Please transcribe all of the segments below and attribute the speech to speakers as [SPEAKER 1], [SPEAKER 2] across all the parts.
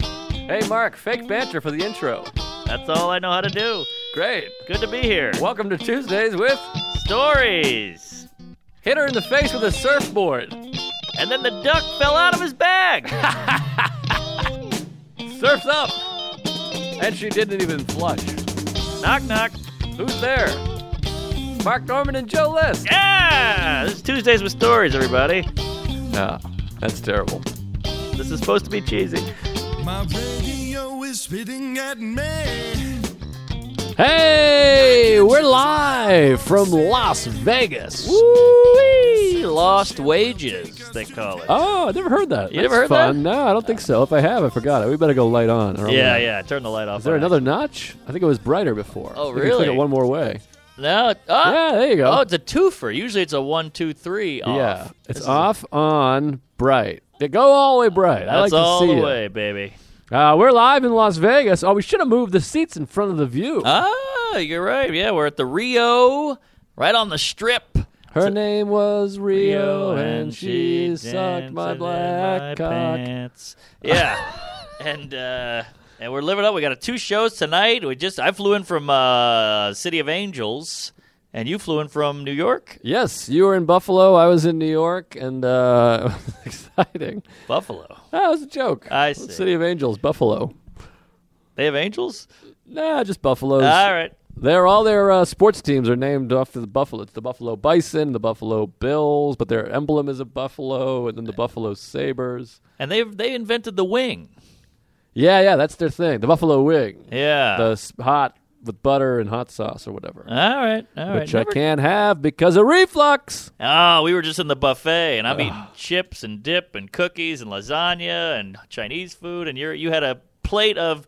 [SPEAKER 1] Hey, Mark, fake banter for the intro.
[SPEAKER 2] That's all I know how to do.
[SPEAKER 1] Great.
[SPEAKER 2] Good to be here.
[SPEAKER 1] Welcome to Tuesdays with
[SPEAKER 2] Stories.
[SPEAKER 1] Hit Her in the Face with a Surfboard.
[SPEAKER 2] And then the duck fell out of his bag.
[SPEAKER 1] Surf's up. And she didn't even flush.
[SPEAKER 2] knock knock.
[SPEAKER 1] Who's there? Mark Norman and Joe List.
[SPEAKER 2] Yeah. This is Tuesdays with Stories, everybody.
[SPEAKER 1] No, Ah, that's terrible.
[SPEAKER 2] This is supposed to be cheesy.
[SPEAKER 3] My radio is spitting at me.
[SPEAKER 1] Hey, we're live from Las Vegas.
[SPEAKER 2] Woo-wee. Lost wages, they call it.
[SPEAKER 1] Oh, I never heard that.
[SPEAKER 2] You
[SPEAKER 1] That's
[SPEAKER 2] never heard
[SPEAKER 1] fun. No, I don't think so. If I have, I forgot it. We better go light on. or I'm
[SPEAKER 2] Yeah,
[SPEAKER 1] gonna-
[SPEAKER 2] yeah. Turn the light off.
[SPEAKER 1] Is there another notch? I think it was brighter before.
[SPEAKER 4] Oh,
[SPEAKER 1] We can click
[SPEAKER 4] really?
[SPEAKER 1] it one more way.
[SPEAKER 4] No. it-
[SPEAKER 2] Ah.
[SPEAKER 4] Oh,
[SPEAKER 1] Yeah, there you go.
[SPEAKER 4] oh, it's a twofer. Usually it's a one, two, three off.
[SPEAKER 1] Yeah, it's
[SPEAKER 4] This is-
[SPEAKER 1] off on bright. Yeah, go all the way bright. I
[SPEAKER 2] That's
[SPEAKER 1] like to
[SPEAKER 2] all
[SPEAKER 1] see
[SPEAKER 2] the
[SPEAKER 1] it.
[SPEAKER 2] way, baby.
[SPEAKER 1] Uh, we're live in Las Vegas. Oh, we should have moved the seats in front of the view.
[SPEAKER 4] Ah, you're right. Yeah, we're at the Rio, right on the strip.
[SPEAKER 1] Her name was Rio,
[SPEAKER 2] Oh,
[SPEAKER 1] and she sucked my black cock.
[SPEAKER 2] Pants. Yeah.
[SPEAKER 4] And uh, and we're living up. We got a two shows tonight. We just I flew in from uh, City of Angels, and you flew in from New York,
[SPEAKER 1] Yes, you were in Buffalo. I was in New York, and uh, it was exciting.
[SPEAKER 4] Buffalo.
[SPEAKER 1] That was a joke.
[SPEAKER 4] I
[SPEAKER 1] It's
[SPEAKER 4] see.
[SPEAKER 1] City of Angels, Buffalo.
[SPEAKER 4] They have angels.
[SPEAKER 1] Nah, just Buffalo's.
[SPEAKER 4] All right.
[SPEAKER 1] They're all their uh, sports teams are named after the Buffalo. It's the Buffalo Bison, the Buffalo Bills, but their emblem is a buffalo, and then the Buffalo Sabers.
[SPEAKER 4] And they have they invented the wing.
[SPEAKER 1] Yeah, yeah, that's their thing. The buffalo wing,
[SPEAKER 4] Yeah.
[SPEAKER 1] the s- hot with butter and hot sauce or whatever,
[SPEAKER 4] all right. All right.
[SPEAKER 1] which
[SPEAKER 4] Never-
[SPEAKER 1] I can't have because of reflux.
[SPEAKER 4] Oh, we were just in the buffet, and I'm eating chips and dip and cookies and lasagna and Chinese food, and you you had a plate of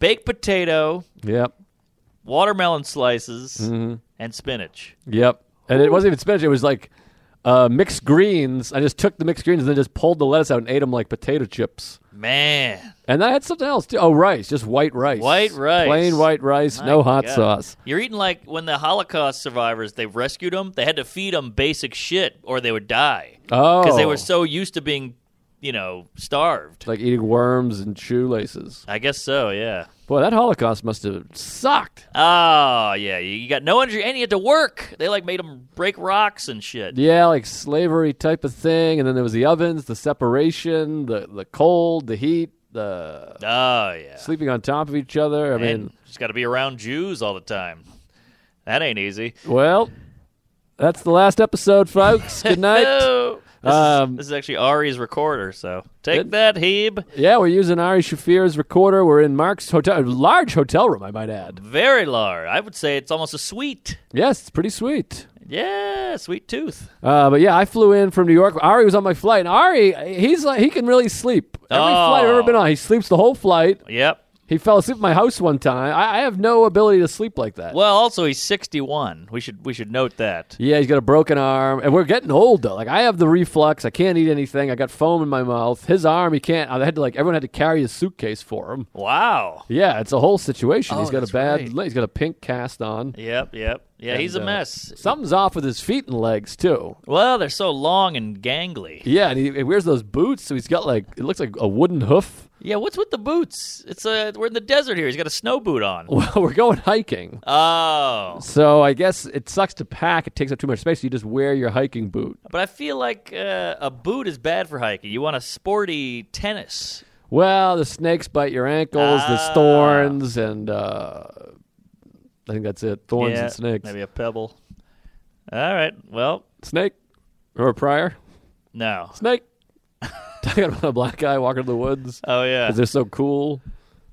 [SPEAKER 4] baked potato,
[SPEAKER 1] Yep,
[SPEAKER 4] watermelon slices,
[SPEAKER 1] Mm-hmm.
[SPEAKER 4] and spinach.
[SPEAKER 1] yep. And it wasn't even spinach. It was like uh, mixed greens. I just took the mixed greens and then just pulled the lettuce out and ate them like potato chips.
[SPEAKER 4] Man,
[SPEAKER 1] And I had something else too. Oh, rice, just white rice.
[SPEAKER 4] White rice.
[SPEAKER 1] plain white rice,
[SPEAKER 4] my
[SPEAKER 1] no hot
[SPEAKER 4] God.
[SPEAKER 1] sauce.
[SPEAKER 4] You're eating like when the Holocaust survivors they rescued them. They had to feed them basic shit, or they would die
[SPEAKER 1] Oh,
[SPEAKER 4] because they were so used to being, you know, starved.
[SPEAKER 1] like eating worms and shoelaces.
[SPEAKER 4] I guess so. Yeah.
[SPEAKER 1] Boy, that Holocaust must have sucked.
[SPEAKER 4] Oh yeah, you you got no injury, and you had to work. They like made them break rocks and shit.
[SPEAKER 1] Yeah, like slavery type of thing. And then there was the ovens, the separation, the the cold, the heat, the
[SPEAKER 4] Oh yeah.
[SPEAKER 1] sleeping on top of each other. I mean,
[SPEAKER 4] and just got to be around Jews all the time. That ain't easy.
[SPEAKER 1] well, that's the last episode, folks. Good night.
[SPEAKER 4] No. This,
[SPEAKER 1] Um,
[SPEAKER 4] is, this is actually Ari's recorder, so take
[SPEAKER 1] Good.
[SPEAKER 4] that, Hebe.
[SPEAKER 1] yeah, we're using Ari Shafir's recorder. We're in Mark's hotel, large hotel room, I might add.
[SPEAKER 4] Very large. I would say it's almost a sweet.
[SPEAKER 1] Yes, it's pretty sweet.
[SPEAKER 4] Yeah, sweet tooth.
[SPEAKER 1] Uh, but yeah, I flew in from New York. Ari was on my flight, and Ari, he's like, he can really sleep. Every
[SPEAKER 4] Oh.
[SPEAKER 1] flight I've ever been on, he sleeps the whole flight.
[SPEAKER 4] Yep.
[SPEAKER 1] He fell asleep at my house one time. I, I have no ability to sleep like that.
[SPEAKER 4] Well, also he's 61. We should we should note that.
[SPEAKER 1] Yeah, he's got a broken arm, and we're getting old though. Like I have the reflux. I can't eat anything. I got foam in my mouth. His arm, he can't. I had to like everyone had to carry his suitcase for him.
[SPEAKER 4] Wow.
[SPEAKER 1] Yeah, it's a whole situation. he's got a
[SPEAKER 4] that's
[SPEAKER 1] bad.
[SPEAKER 4] right.
[SPEAKER 1] leg He's got a pink cast on.
[SPEAKER 4] Yep, yep. Yeah, he's a
[SPEAKER 1] And, uh,
[SPEAKER 4] mess.
[SPEAKER 1] Something's off with his feet and legs too.
[SPEAKER 4] Well, they're so long and gangly.
[SPEAKER 1] Yeah, and he, he wears those boots, so he's got like it looks like a wooden hoof.
[SPEAKER 4] Yeah, what's with the boots? It's a we're in the desert here. He's got a snow boot on.
[SPEAKER 1] Well, we're going hiking,
[SPEAKER 4] Oh.
[SPEAKER 1] so I guess it sucks to pack. It takes up too much space. So you just wear your hiking boot.
[SPEAKER 4] But I feel like uh, a boot is bad for hiking. You want a sporty tennis.
[SPEAKER 1] Well, the snakes bite your ankles,
[SPEAKER 4] Ah.
[SPEAKER 1] there's thorns, and uh, I think that's it. Thorns and snakes.
[SPEAKER 4] Maybe a pebble. All right. Well,
[SPEAKER 1] Snake or a prior?
[SPEAKER 4] no.
[SPEAKER 1] Snake. Talking about a black guy walking in the woods.
[SPEAKER 4] Oh yeah.
[SPEAKER 1] 'Cause they're so cool,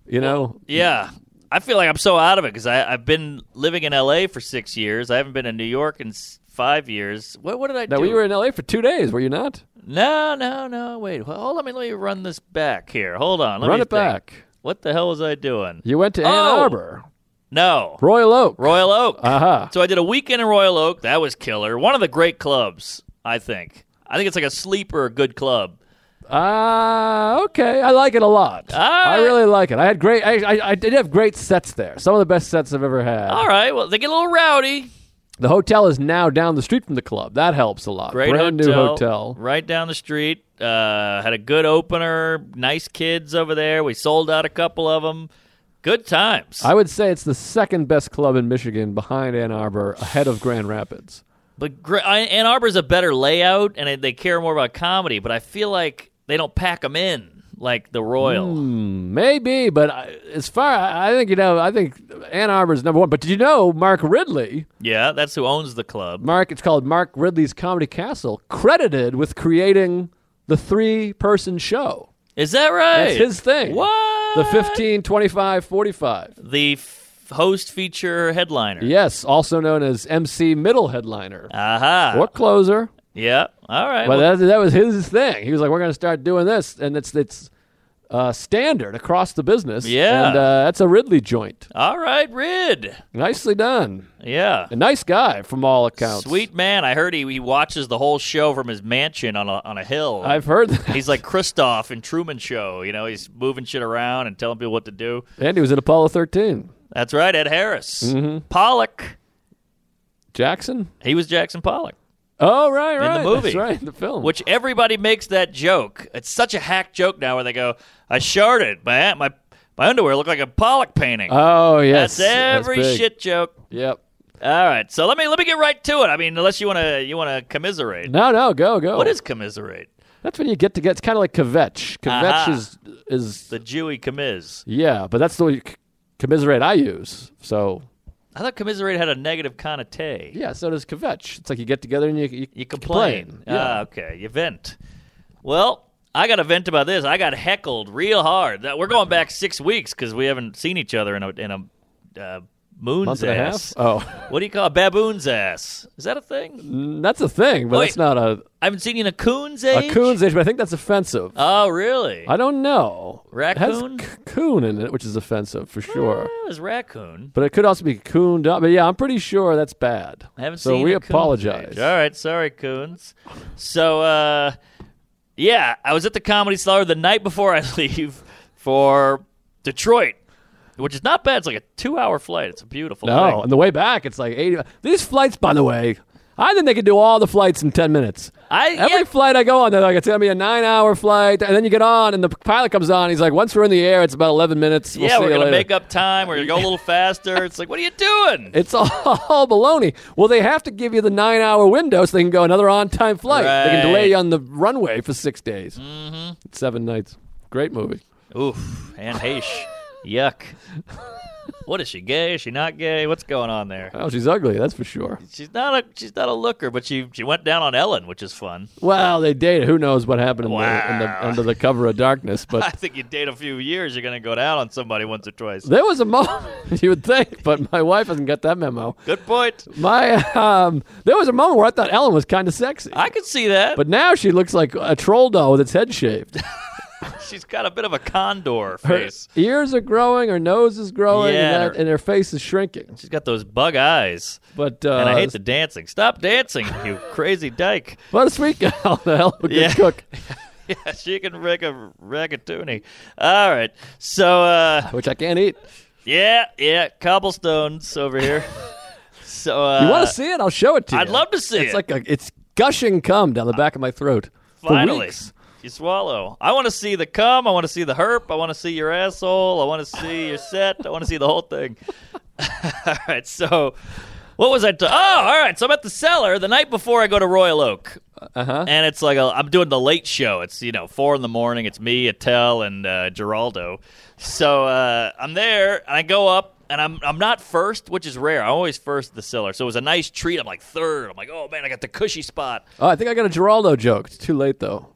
[SPEAKER 1] you know.
[SPEAKER 4] yeah. I feel like I'm so out of it because I've been living in LA for six years. I haven't been in New York in s- five years. What, what did I
[SPEAKER 1] Now
[SPEAKER 4] do?
[SPEAKER 1] we were in L.A. for two days. Were you not?
[SPEAKER 4] no, no, no. Wait. Well, hold on. Let me, let me run this back here. Hold on. Let
[SPEAKER 1] Run
[SPEAKER 4] me
[SPEAKER 1] it
[SPEAKER 4] think.
[SPEAKER 1] back.
[SPEAKER 4] What the hell was I doing?
[SPEAKER 1] You went to Ann
[SPEAKER 4] Oh.
[SPEAKER 1] Arbor,
[SPEAKER 4] No.
[SPEAKER 1] Royal Oak. Uh-huh.
[SPEAKER 4] Royal Oak.
[SPEAKER 1] Aha.
[SPEAKER 4] So I did a weekend in Royal Oak. That was killer. One of the great clubs, I think. I think it's like a sleeper good club.
[SPEAKER 1] Ah, okay. I like it a lot. I
[SPEAKER 4] right.
[SPEAKER 1] really like it. I had great. I, I I did have great sets there. Some of the best sets I've ever had.
[SPEAKER 4] All right. Well, they get a little rowdy.
[SPEAKER 1] The hotel is now down the street from the club. That helps a lot.
[SPEAKER 4] Great
[SPEAKER 1] Brand
[SPEAKER 4] hotel,
[SPEAKER 1] new hotel.
[SPEAKER 4] right down the street. Uh, had a good opener. Nice kids over there. We sold out a couple of them. Good times.
[SPEAKER 1] I would say it's the second best club in Michigan behind Ann Arbor, ahead of Grand Rapids.
[SPEAKER 4] But Gr- I- Ann Arbor's a better layout, and it- they care more about comedy. But I feel like they don't pack them in like the Royal.
[SPEAKER 1] Mm. Hmm, Maybe, but I, as far I I think you know, I think Ann Arbor's number one. But did you know Mark Ridley?
[SPEAKER 4] Yeah, that's who owns the club.
[SPEAKER 1] Mark, it's called Mark Ridley's Comedy Castle, credited with creating the three-person show.
[SPEAKER 4] Is that right?
[SPEAKER 1] That's his thing.
[SPEAKER 4] What?
[SPEAKER 1] The 15, 25, 45.
[SPEAKER 4] The f- host feature headliner.
[SPEAKER 1] Yes, also known as MC Middle Headliner
[SPEAKER 4] Aha.
[SPEAKER 1] or Closer.
[SPEAKER 4] Yeah. All right.
[SPEAKER 1] But
[SPEAKER 4] Well,
[SPEAKER 1] that, that was his thing. He was like, "We're going to start doing this," and it's it's uh, standard across the business.
[SPEAKER 4] Yeah.
[SPEAKER 1] and uh, that's a Ridley joint.
[SPEAKER 4] all right, Rid.
[SPEAKER 1] Nicely done.
[SPEAKER 4] Yeah.
[SPEAKER 1] A nice guy from all accounts.
[SPEAKER 4] Sweet man. I heard he, he watches the whole show from his mansion on a, on a hill.
[SPEAKER 1] I've heard that.
[SPEAKER 4] He's like Kristoff in Truman Show. You know, he's moving shit around and telling people what to do.
[SPEAKER 1] and he was in Apollo 13.
[SPEAKER 4] That's right, Ed Harris.
[SPEAKER 1] Mm-hmm.
[SPEAKER 4] Pollock.
[SPEAKER 1] Jackson.
[SPEAKER 4] He was Jackson Pollock,
[SPEAKER 1] Oh right, right.
[SPEAKER 4] the movie.
[SPEAKER 1] That's right, in the film.
[SPEAKER 4] which everybody makes that joke. It's such a hack joke now where they go, I sharded. My, my, my underwear looked like a Pollock painting.
[SPEAKER 1] oh yes,
[SPEAKER 4] That's every
[SPEAKER 1] big.
[SPEAKER 4] shit joke.
[SPEAKER 1] Yep.
[SPEAKER 4] All right, so let me let me get right to it. I mean, unless you wanna you wanna commiserate.
[SPEAKER 1] No, no, go, go.
[SPEAKER 4] What is commiserate?
[SPEAKER 1] That's when you get to get. It's kind of like kvetch. Kvetch
[SPEAKER 4] Aha.
[SPEAKER 1] is is
[SPEAKER 4] The Jewy commis.
[SPEAKER 1] yeah, but that's the way you c- commiserate I use. So
[SPEAKER 4] I thought commiserate had a negative connotation.
[SPEAKER 1] yeah, so does kvetch. It's like you get together and you you,
[SPEAKER 4] You complain.
[SPEAKER 1] Yeah.
[SPEAKER 4] Ah, okay. You vent. Well, I got to vent about this. I got heckled real hard. That we're going back six weeks because we haven't seen each other in a in a uh, moon's
[SPEAKER 1] month and a
[SPEAKER 4] ass.
[SPEAKER 1] half. Oh.
[SPEAKER 4] What do you call a baboon's ass? Is that a thing?
[SPEAKER 1] Mm, That's a thing, but
[SPEAKER 4] Wait.
[SPEAKER 1] that's not a,
[SPEAKER 4] I haven't seen you in a coon's
[SPEAKER 1] a
[SPEAKER 4] age.
[SPEAKER 1] coon's age. But I think that's offensive.
[SPEAKER 4] Oh, really?
[SPEAKER 1] I don't know.
[SPEAKER 4] Raccoon?
[SPEAKER 1] it has c- coon in it, which is offensive for sure.
[SPEAKER 4] Well, it's raccoon.
[SPEAKER 1] But it could also be cooned up. But yeah, I'm pretty sure that's bad.
[SPEAKER 4] I haven't
[SPEAKER 1] so
[SPEAKER 4] seen
[SPEAKER 1] we
[SPEAKER 4] a coon's
[SPEAKER 1] apologize.
[SPEAKER 4] age. All right, sorry, coons. So, uh, yeah, I was at the Comedy Cellar the night before I leave for Detroit, which is not bad. It's like a two-hour flight. It's a beautiful.
[SPEAKER 1] No,
[SPEAKER 4] thing.
[SPEAKER 1] and the way back, it's like 80. These flights, by the way, I think they could do all the flights in 10 minutes.
[SPEAKER 4] I
[SPEAKER 1] Every
[SPEAKER 4] yeah,
[SPEAKER 1] flight I go on, they're like, it's going to be a nine hour flight. And then you get on, and the pilot comes on. He's like, once we're in the air, it's about 11 minutes. We'll
[SPEAKER 4] yeah,
[SPEAKER 1] see
[SPEAKER 4] we're
[SPEAKER 1] you
[SPEAKER 4] gonna
[SPEAKER 1] later."
[SPEAKER 4] make up time. We're gonna go a little faster. It's like, what are you doing?
[SPEAKER 1] It's all, baloney. Well, they have to give you the nine hour window so they can go another on time flight. They can delay
[SPEAKER 4] Right.
[SPEAKER 1] you on the runway for six days, mm-hmm. seven nights. Great movie.
[SPEAKER 4] Oof, and Haish, yuck. What is she gay? Is she not gay? What's going on there?
[SPEAKER 1] Oh, she's ugly, that's for sure.
[SPEAKER 4] She's not a she's not a looker, but she she went down on Ellen, which is fun.
[SPEAKER 1] Well, they dated. Who knows what happened in the, in the,
[SPEAKER 4] Wow.
[SPEAKER 1] under the cover of darkness?
[SPEAKER 4] I
[SPEAKER 1] But
[SPEAKER 4] think you date a few years, you're gonna go down on somebody once or twice.
[SPEAKER 1] there was a moment you would think, but my wife hasn't got that memo.
[SPEAKER 4] Good point.
[SPEAKER 1] My um, there was a moment where I thought Ellen was kind of sexy,
[SPEAKER 4] I could see that. But
[SPEAKER 1] but now she looks like a troll doll with its head shaved.
[SPEAKER 4] she's got a bit of a condor
[SPEAKER 1] Her
[SPEAKER 4] face.
[SPEAKER 1] ears are growing, her nose is growing,
[SPEAKER 4] Yeah,
[SPEAKER 1] and,
[SPEAKER 4] and
[SPEAKER 1] that,
[SPEAKER 4] her-
[SPEAKER 1] and her face is shrinking.
[SPEAKER 4] She's got those bug eyes.
[SPEAKER 1] But uh,
[SPEAKER 4] And I hate the dancing. Stop dancing, you crazy dyke.
[SPEAKER 1] What a sweet gal, the hell of a good
[SPEAKER 4] Yeah.
[SPEAKER 1] cook.
[SPEAKER 4] Yeah, she can wreck a ragatoonie. All right. So uh
[SPEAKER 1] Which I can't eat.
[SPEAKER 4] yeah, yeah, cobblestones over here. So uh
[SPEAKER 1] You want to see it? I'll show it to you.
[SPEAKER 4] I'd love to see
[SPEAKER 1] it's
[SPEAKER 4] it.
[SPEAKER 1] Like a, it's gushing cum down the back of my throat. For
[SPEAKER 4] Finally.
[SPEAKER 1] weeks.
[SPEAKER 4] You swallow. I want to see the cum. I want to see the herp. I want to see your asshole. I want to see your set. I want to see the whole thing. all right. So, what was I? ta- oh, all right. So I'm at the cellar the night before I go to Royal Oak,
[SPEAKER 1] Uh-huh.
[SPEAKER 4] and it's like a, I'm doing the late show. It's you know four in the morning. It's me, Attell, and uh, Geraldo. So uh, I'm there, and I go up. And I'm, I'm not first, which is rare. I'm always first at the cellar. So it was a nice treat. I'm like third. I'm like, oh man, I got the cushy spot.
[SPEAKER 1] Oh, I think I got a Geraldo joke. It's too late, though.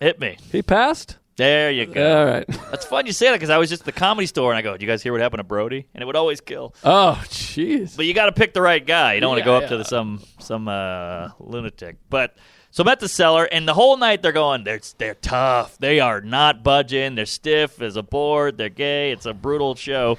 [SPEAKER 4] Hit me.
[SPEAKER 1] He passed?
[SPEAKER 4] There you go.
[SPEAKER 1] All right.
[SPEAKER 4] That's fun you say that because I was just at the comedy store and I go, "Do you guys hear what happened to Brody?" And it would always kill.
[SPEAKER 1] Oh, jeez.
[SPEAKER 4] But you got to pick the right guy. You don't want
[SPEAKER 1] Yeah,
[SPEAKER 4] to go up
[SPEAKER 1] yeah.
[SPEAKER 4] to the, some some uh, lunatic. But so I'm at the cellar, and the whole night they're going, "They're they're tough. They are not budging. They're stiff as a board. They're gay. It's a brutal show."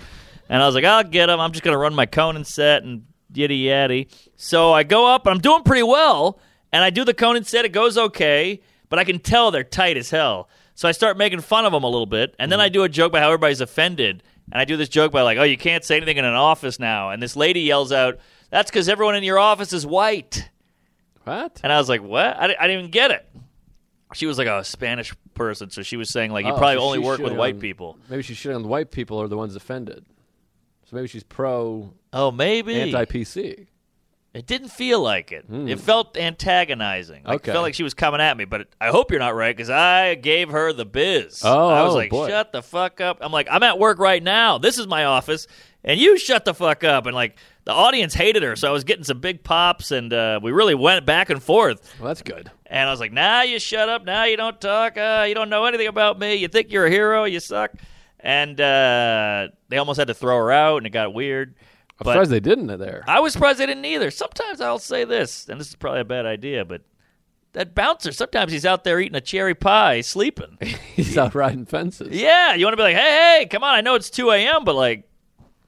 [SPEAKER 4] And I was like, "I'll get them. I'm just gonna run my Conan set and yitty yatty." So I go up, and I'm doing pretty well. And I do the Conan set. It goes okay, but I can tell they're tight as hell. So I start making fun of them a little bit, and then
[SPEAKER 1] Mm-hmm.
[SPEAKER 4] I do a joke about how everybody's offended. And I do this joke by like, oh, you can't say anything in an office now. And this lady yells out, That's because everyone in your office is white.
[SPEAKER 1] What?
[SPEAKER 4] And I was like, what? I, di- I didn't even get it. She was like a Spanish person, so she was saying like you
[SPEAKER 1] Oh,
[SPEAKER 4] probably
[SPEAKER 1] so
[SPEAKER 4] only
[SPEAKER 1] she's
[SPEAKER 4] work with
[SPEAKER 1] shitting
[SPEAKER 4] white
[SPEAKER 1] on-
[SPEAKER 4] people.
[SPEAKER 1] Maybe she's shitting on the white people are the ones offended. So maybe she's pro
[SPEAKER 4] Oh, maybe
[SPEAKER 1] anti PC.
[SPEAKER 4] It didn't feel like it. It felt antagonizing. Like,
[SPEAKER 1] Hmm. Okay.
[SPEAKER 4] It felt like she was coming at me, but I hope you're not right because I gave her the biz.
[SPEAKER 1] Oh,
[SPEAKER 4] I was
[SPEAKER 1] oh,
[SPEAKER 4] like,
[SPEAKER 1] boy.
[SPEAKER 4] shut the fuck up. I'm like, I'm at work right now. This is my office, and you shut the fuck up. And like, the audience hated her, so I was getting some big pops, and uh, we really went back and forth.
[SPEAKER 1] Well, that's good.
[SPEAKER 4] And I was like, now you shut up. Now you don't talk. Uh, you don't know anything about me. You think you're a hero. You suck. And uh, they almost had to throw her out, and it got weird.
[SPEAKER 1] I'm
[SPEAKER 4] But-
[SPEAKER 1] surprised they didn't there.
[SPEAKER 4] I was surprised they didn't either. Sometimes I'll say this, and this is probably a bad idea, but that bouncer, sometimes he's out there eating a cherry pie, sleeping.
[SPEAKER 1] He's out riding fences.
[SPEAKER 4] yeah, you want to be like, hey, hey, come on, I know it's 2 a.m., but like,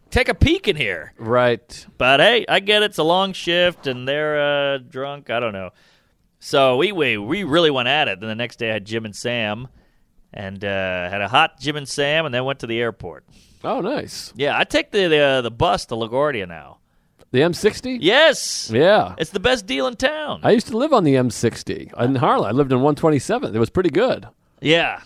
[SPEAKER 4] take a peek in here.
[SPEAKER 1] Right.
[SPEAKER 4] But hey, I get it. It's a long shift, and they're uh, drunk. I don't know. So we, we we really went at it. Then the next day, I had Jim and Sam, and uh, had a hot Jim and Sam, and then went to the airport.
[SPEAKER 1] Oh, nice.
[SPEAKER 4] Yeah, I take the uh, the, the bus to LaGuardia now.
[SPEAKER 1] The M60?
[SPEAKER 4] Yes,
[SPEAKER 1] Yeah.
[SPEAKER 4] it's the best deal in town.
[SPEAKER 1] I used to live on the M60 in Harlem. I lived in 127th. It was pretty good.
[SPEAKER 4] Yeah.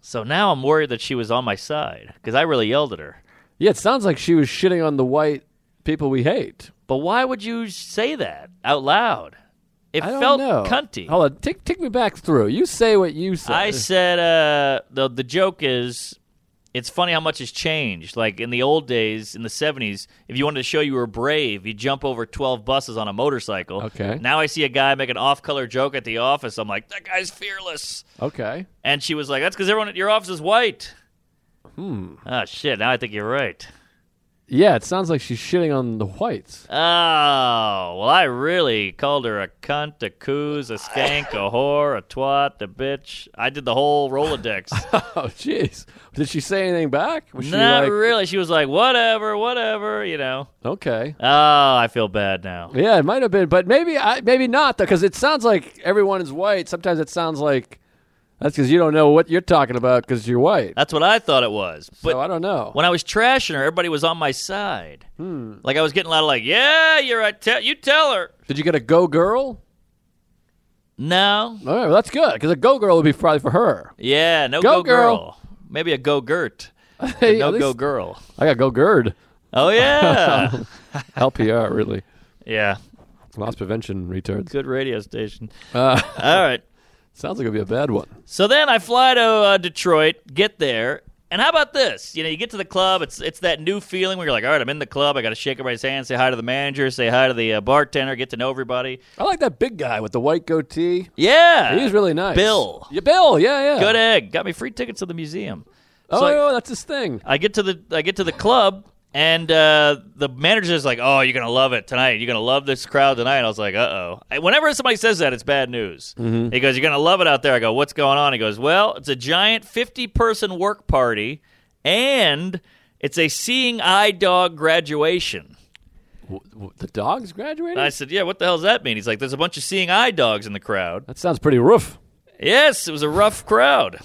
[SPEAKER 4] So now I'm worried that she was on my side because I really yelled at her.
[SPEAKER 1] Yeah, it sounds like she was shitting on the white people we hate.
[SPEAKER 4] But why would you say that out loud? It
[SPEAKER 1] I don't
[SPEAKER 4] felt
[SPEAKER 1] know.
[SPEAKER 4] cunty.
[SPEAKER 1] Hold on, take, take me back through. You say what you say.
[SPEAKER 4] I said uh, the the joke is it's funny how much has changed. Like in the old days, in the '70s, if you wanted to show you were brave, you jump over 12 buses on a motorcycle.
[SPEAKER 1] Okay.
[SPEAKER 4] Now I see a guy make an off-color joke at the office. I'm like, that guy's fearless.
[SPEAKER 1] okay.
[SPEAKER 4] And she was like, that's because everyone at your office is white. Hmm. Oh shit! Now I think you're right.
[SPEAKER 1] Yeah, it sounds like she's shitting on the whites.
[SPEAKER 4] Oh, well, I really called her a cunt, a coos, a skank, a whore, a twat, a bitch. I did the whole Rolodex.
[SPEAKER 1] Oh, jeez. Did she say anything back? Was she
[SPEAKER 4] Not
[SPEAKER 1] like,
[SPEAKER 4] really. She was like, whatever, whatever, you know.
[SPEAKER 1] okay?
[SPEAKER 4] Oh, I feel bad now.
[SPEAKER 1] Yeah, it might have been, but maybe I, maybe not though, because it sounds like everyone is white. Sometimes it sounds like that's because you don't know what you're talking about because you're white.
[SPEAKER 4] That's what I thought it was. But
[SPEAKER 1] so I don't know.
[SPEAKER 4] when I was trashing her, everybody was on my side.
[SPEAKER 1] Hmm.
[SPEAKER 4] Like, I was getting a lot of like, yeah, you're right. Tell you tell her.
[SPEAKER 1] Did you get a go girl?
[SPEAKER 4] No.
[SPEAKER 1] All right, well, that's good because a go girl would be probably for her.
[SPEAKER 4] Yeah, no
[SPEAKER 1] Go
[SPEAKER 4] go,
[SPEAKER 1] girl.
[SPEAKER 4] Maybe a go gert.
[SPEAKER 1] Hey,
[SPEAKER 4] No
[SPEAKER 1] at
[SPEAKER 4] go
[SPEAKER 1] least-
[SPEAKER 4] girl.
[SPEAKER 1] I got go gird.
[SPEAKER 4] Oh, yeah.
[SPEAKER 1] LPR really
[SPEAKER 4] yeah.
[SPEAKER 1] loss prevention returns.
[SPEAKER 4] Good radio station.
[SPEAKER 1] Uh,
[SPEAKER 4] All right.
[SPEAKER 1] sounds like it'd be a bad one.
[SPEAKER 4] So then I fly to uh, Detroit, get there, and how about this? You know, you get to the club. It's it's that new feeling where you're like, all right, I'm in the club. I got to shake everybody's hand, say hi to the manager, say hi to the uh, bartender, get to know everybody.
[SPEAKER 1] I like that big guy with the white goatee.
[SPEAKER 4] Yeah,
[SPEAKER 1] He's really nice.
[SPEAKER 4] Bill.
[SPEAKER 1] Yeah, Bill. Yeah, yeah.
[SPEAKER 4] Good egg. Got me free tickets to the museum.
[SPEAKER 1] Oh,
[SPEAKER 4] So I-
[SPEAKER 1] oh, that's his thing.
[SPEAKER 4] I get to the I get to the club and uh, the manager's like, "Oh, you're gonna love it tonight. You're gonna love this crowd tonight." I was like, "Uh oh." Whenever somebody says that, it's bad news. He goes, "You're gonna love it out there." I go, "What's going on?" He goes, "Well, it's a giant 50 person work party, and it's a seeing eye dog graduation."
[SPEAKER 1] W- w- The dog's graduating.
[SPEAKER 4] And I said, "Yeah, what the hell does that mean?" He's like, "There's a bunch of seeing eye dogs in the crowd."
[SPEAKER 1] That sounds pretty rough.
[SPEAKER 4] Yes, it was a rough crowd.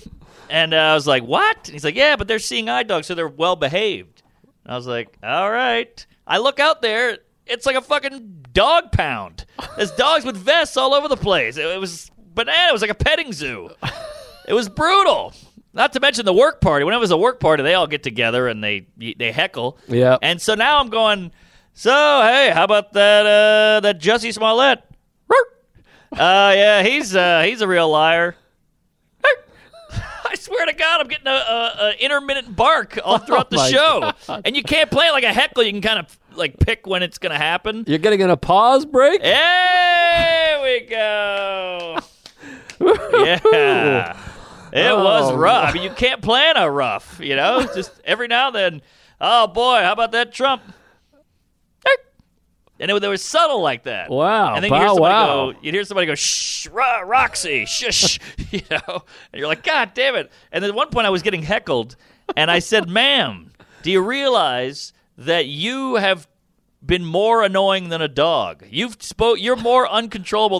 [SPEAKER 4] And uh, I was like, what? And he's like, yeah, but they're seeing eye dogs, so they're well behaved. And I was like, all right. I look out there, it's like a fucking dog pound. There's dogs with vests all over the place. It, it was banana, it was like a petting zoo. It was brutal. Not to mention the work party. When it was a work party, they all get together and they they heckle.
[SPEAKER 1] Yeah.
[SPEAKER 4] And so now I'm going. So hey, how about that uh, that Jussie Smollett? Roar. Uh, yeah, he's uh, he's a real liar. Roar. I swear to God, I'm getting a, a, a intermittent bark all throughout the
[SPEAKER 1] my
[SPEAKER 4] show, and you can't play it like a heckle. You can kind of like pick when it's gonna happen.
[SPEAKER 1] You're getting in a pause break.
[SPEAKER 4] There we go. yeah. It was
[SPEAKER 1] Oh,
[SPEAKER 4] rough. I mean, you can't plan a rough, you know? It's Just every now and then, oh boy, how about that Trump? And it, they were subtle like that.
[SPEAKER 1] Wow,
[SPEAKER 4] And then you hear
[SPEAKER 1] bow
[SPEAKER 4] somebody
[SPEAKER 1] wow.
[SPEAKER 4] go, you'd hear somebody go, shh, Ro- Roxy, shush, you know? And you're like, God damn it. And then at one point I was getting heckled, and I said, ma'am, do you realize that you have been more annoying than a dog? You've spoke, you're more uncontrollable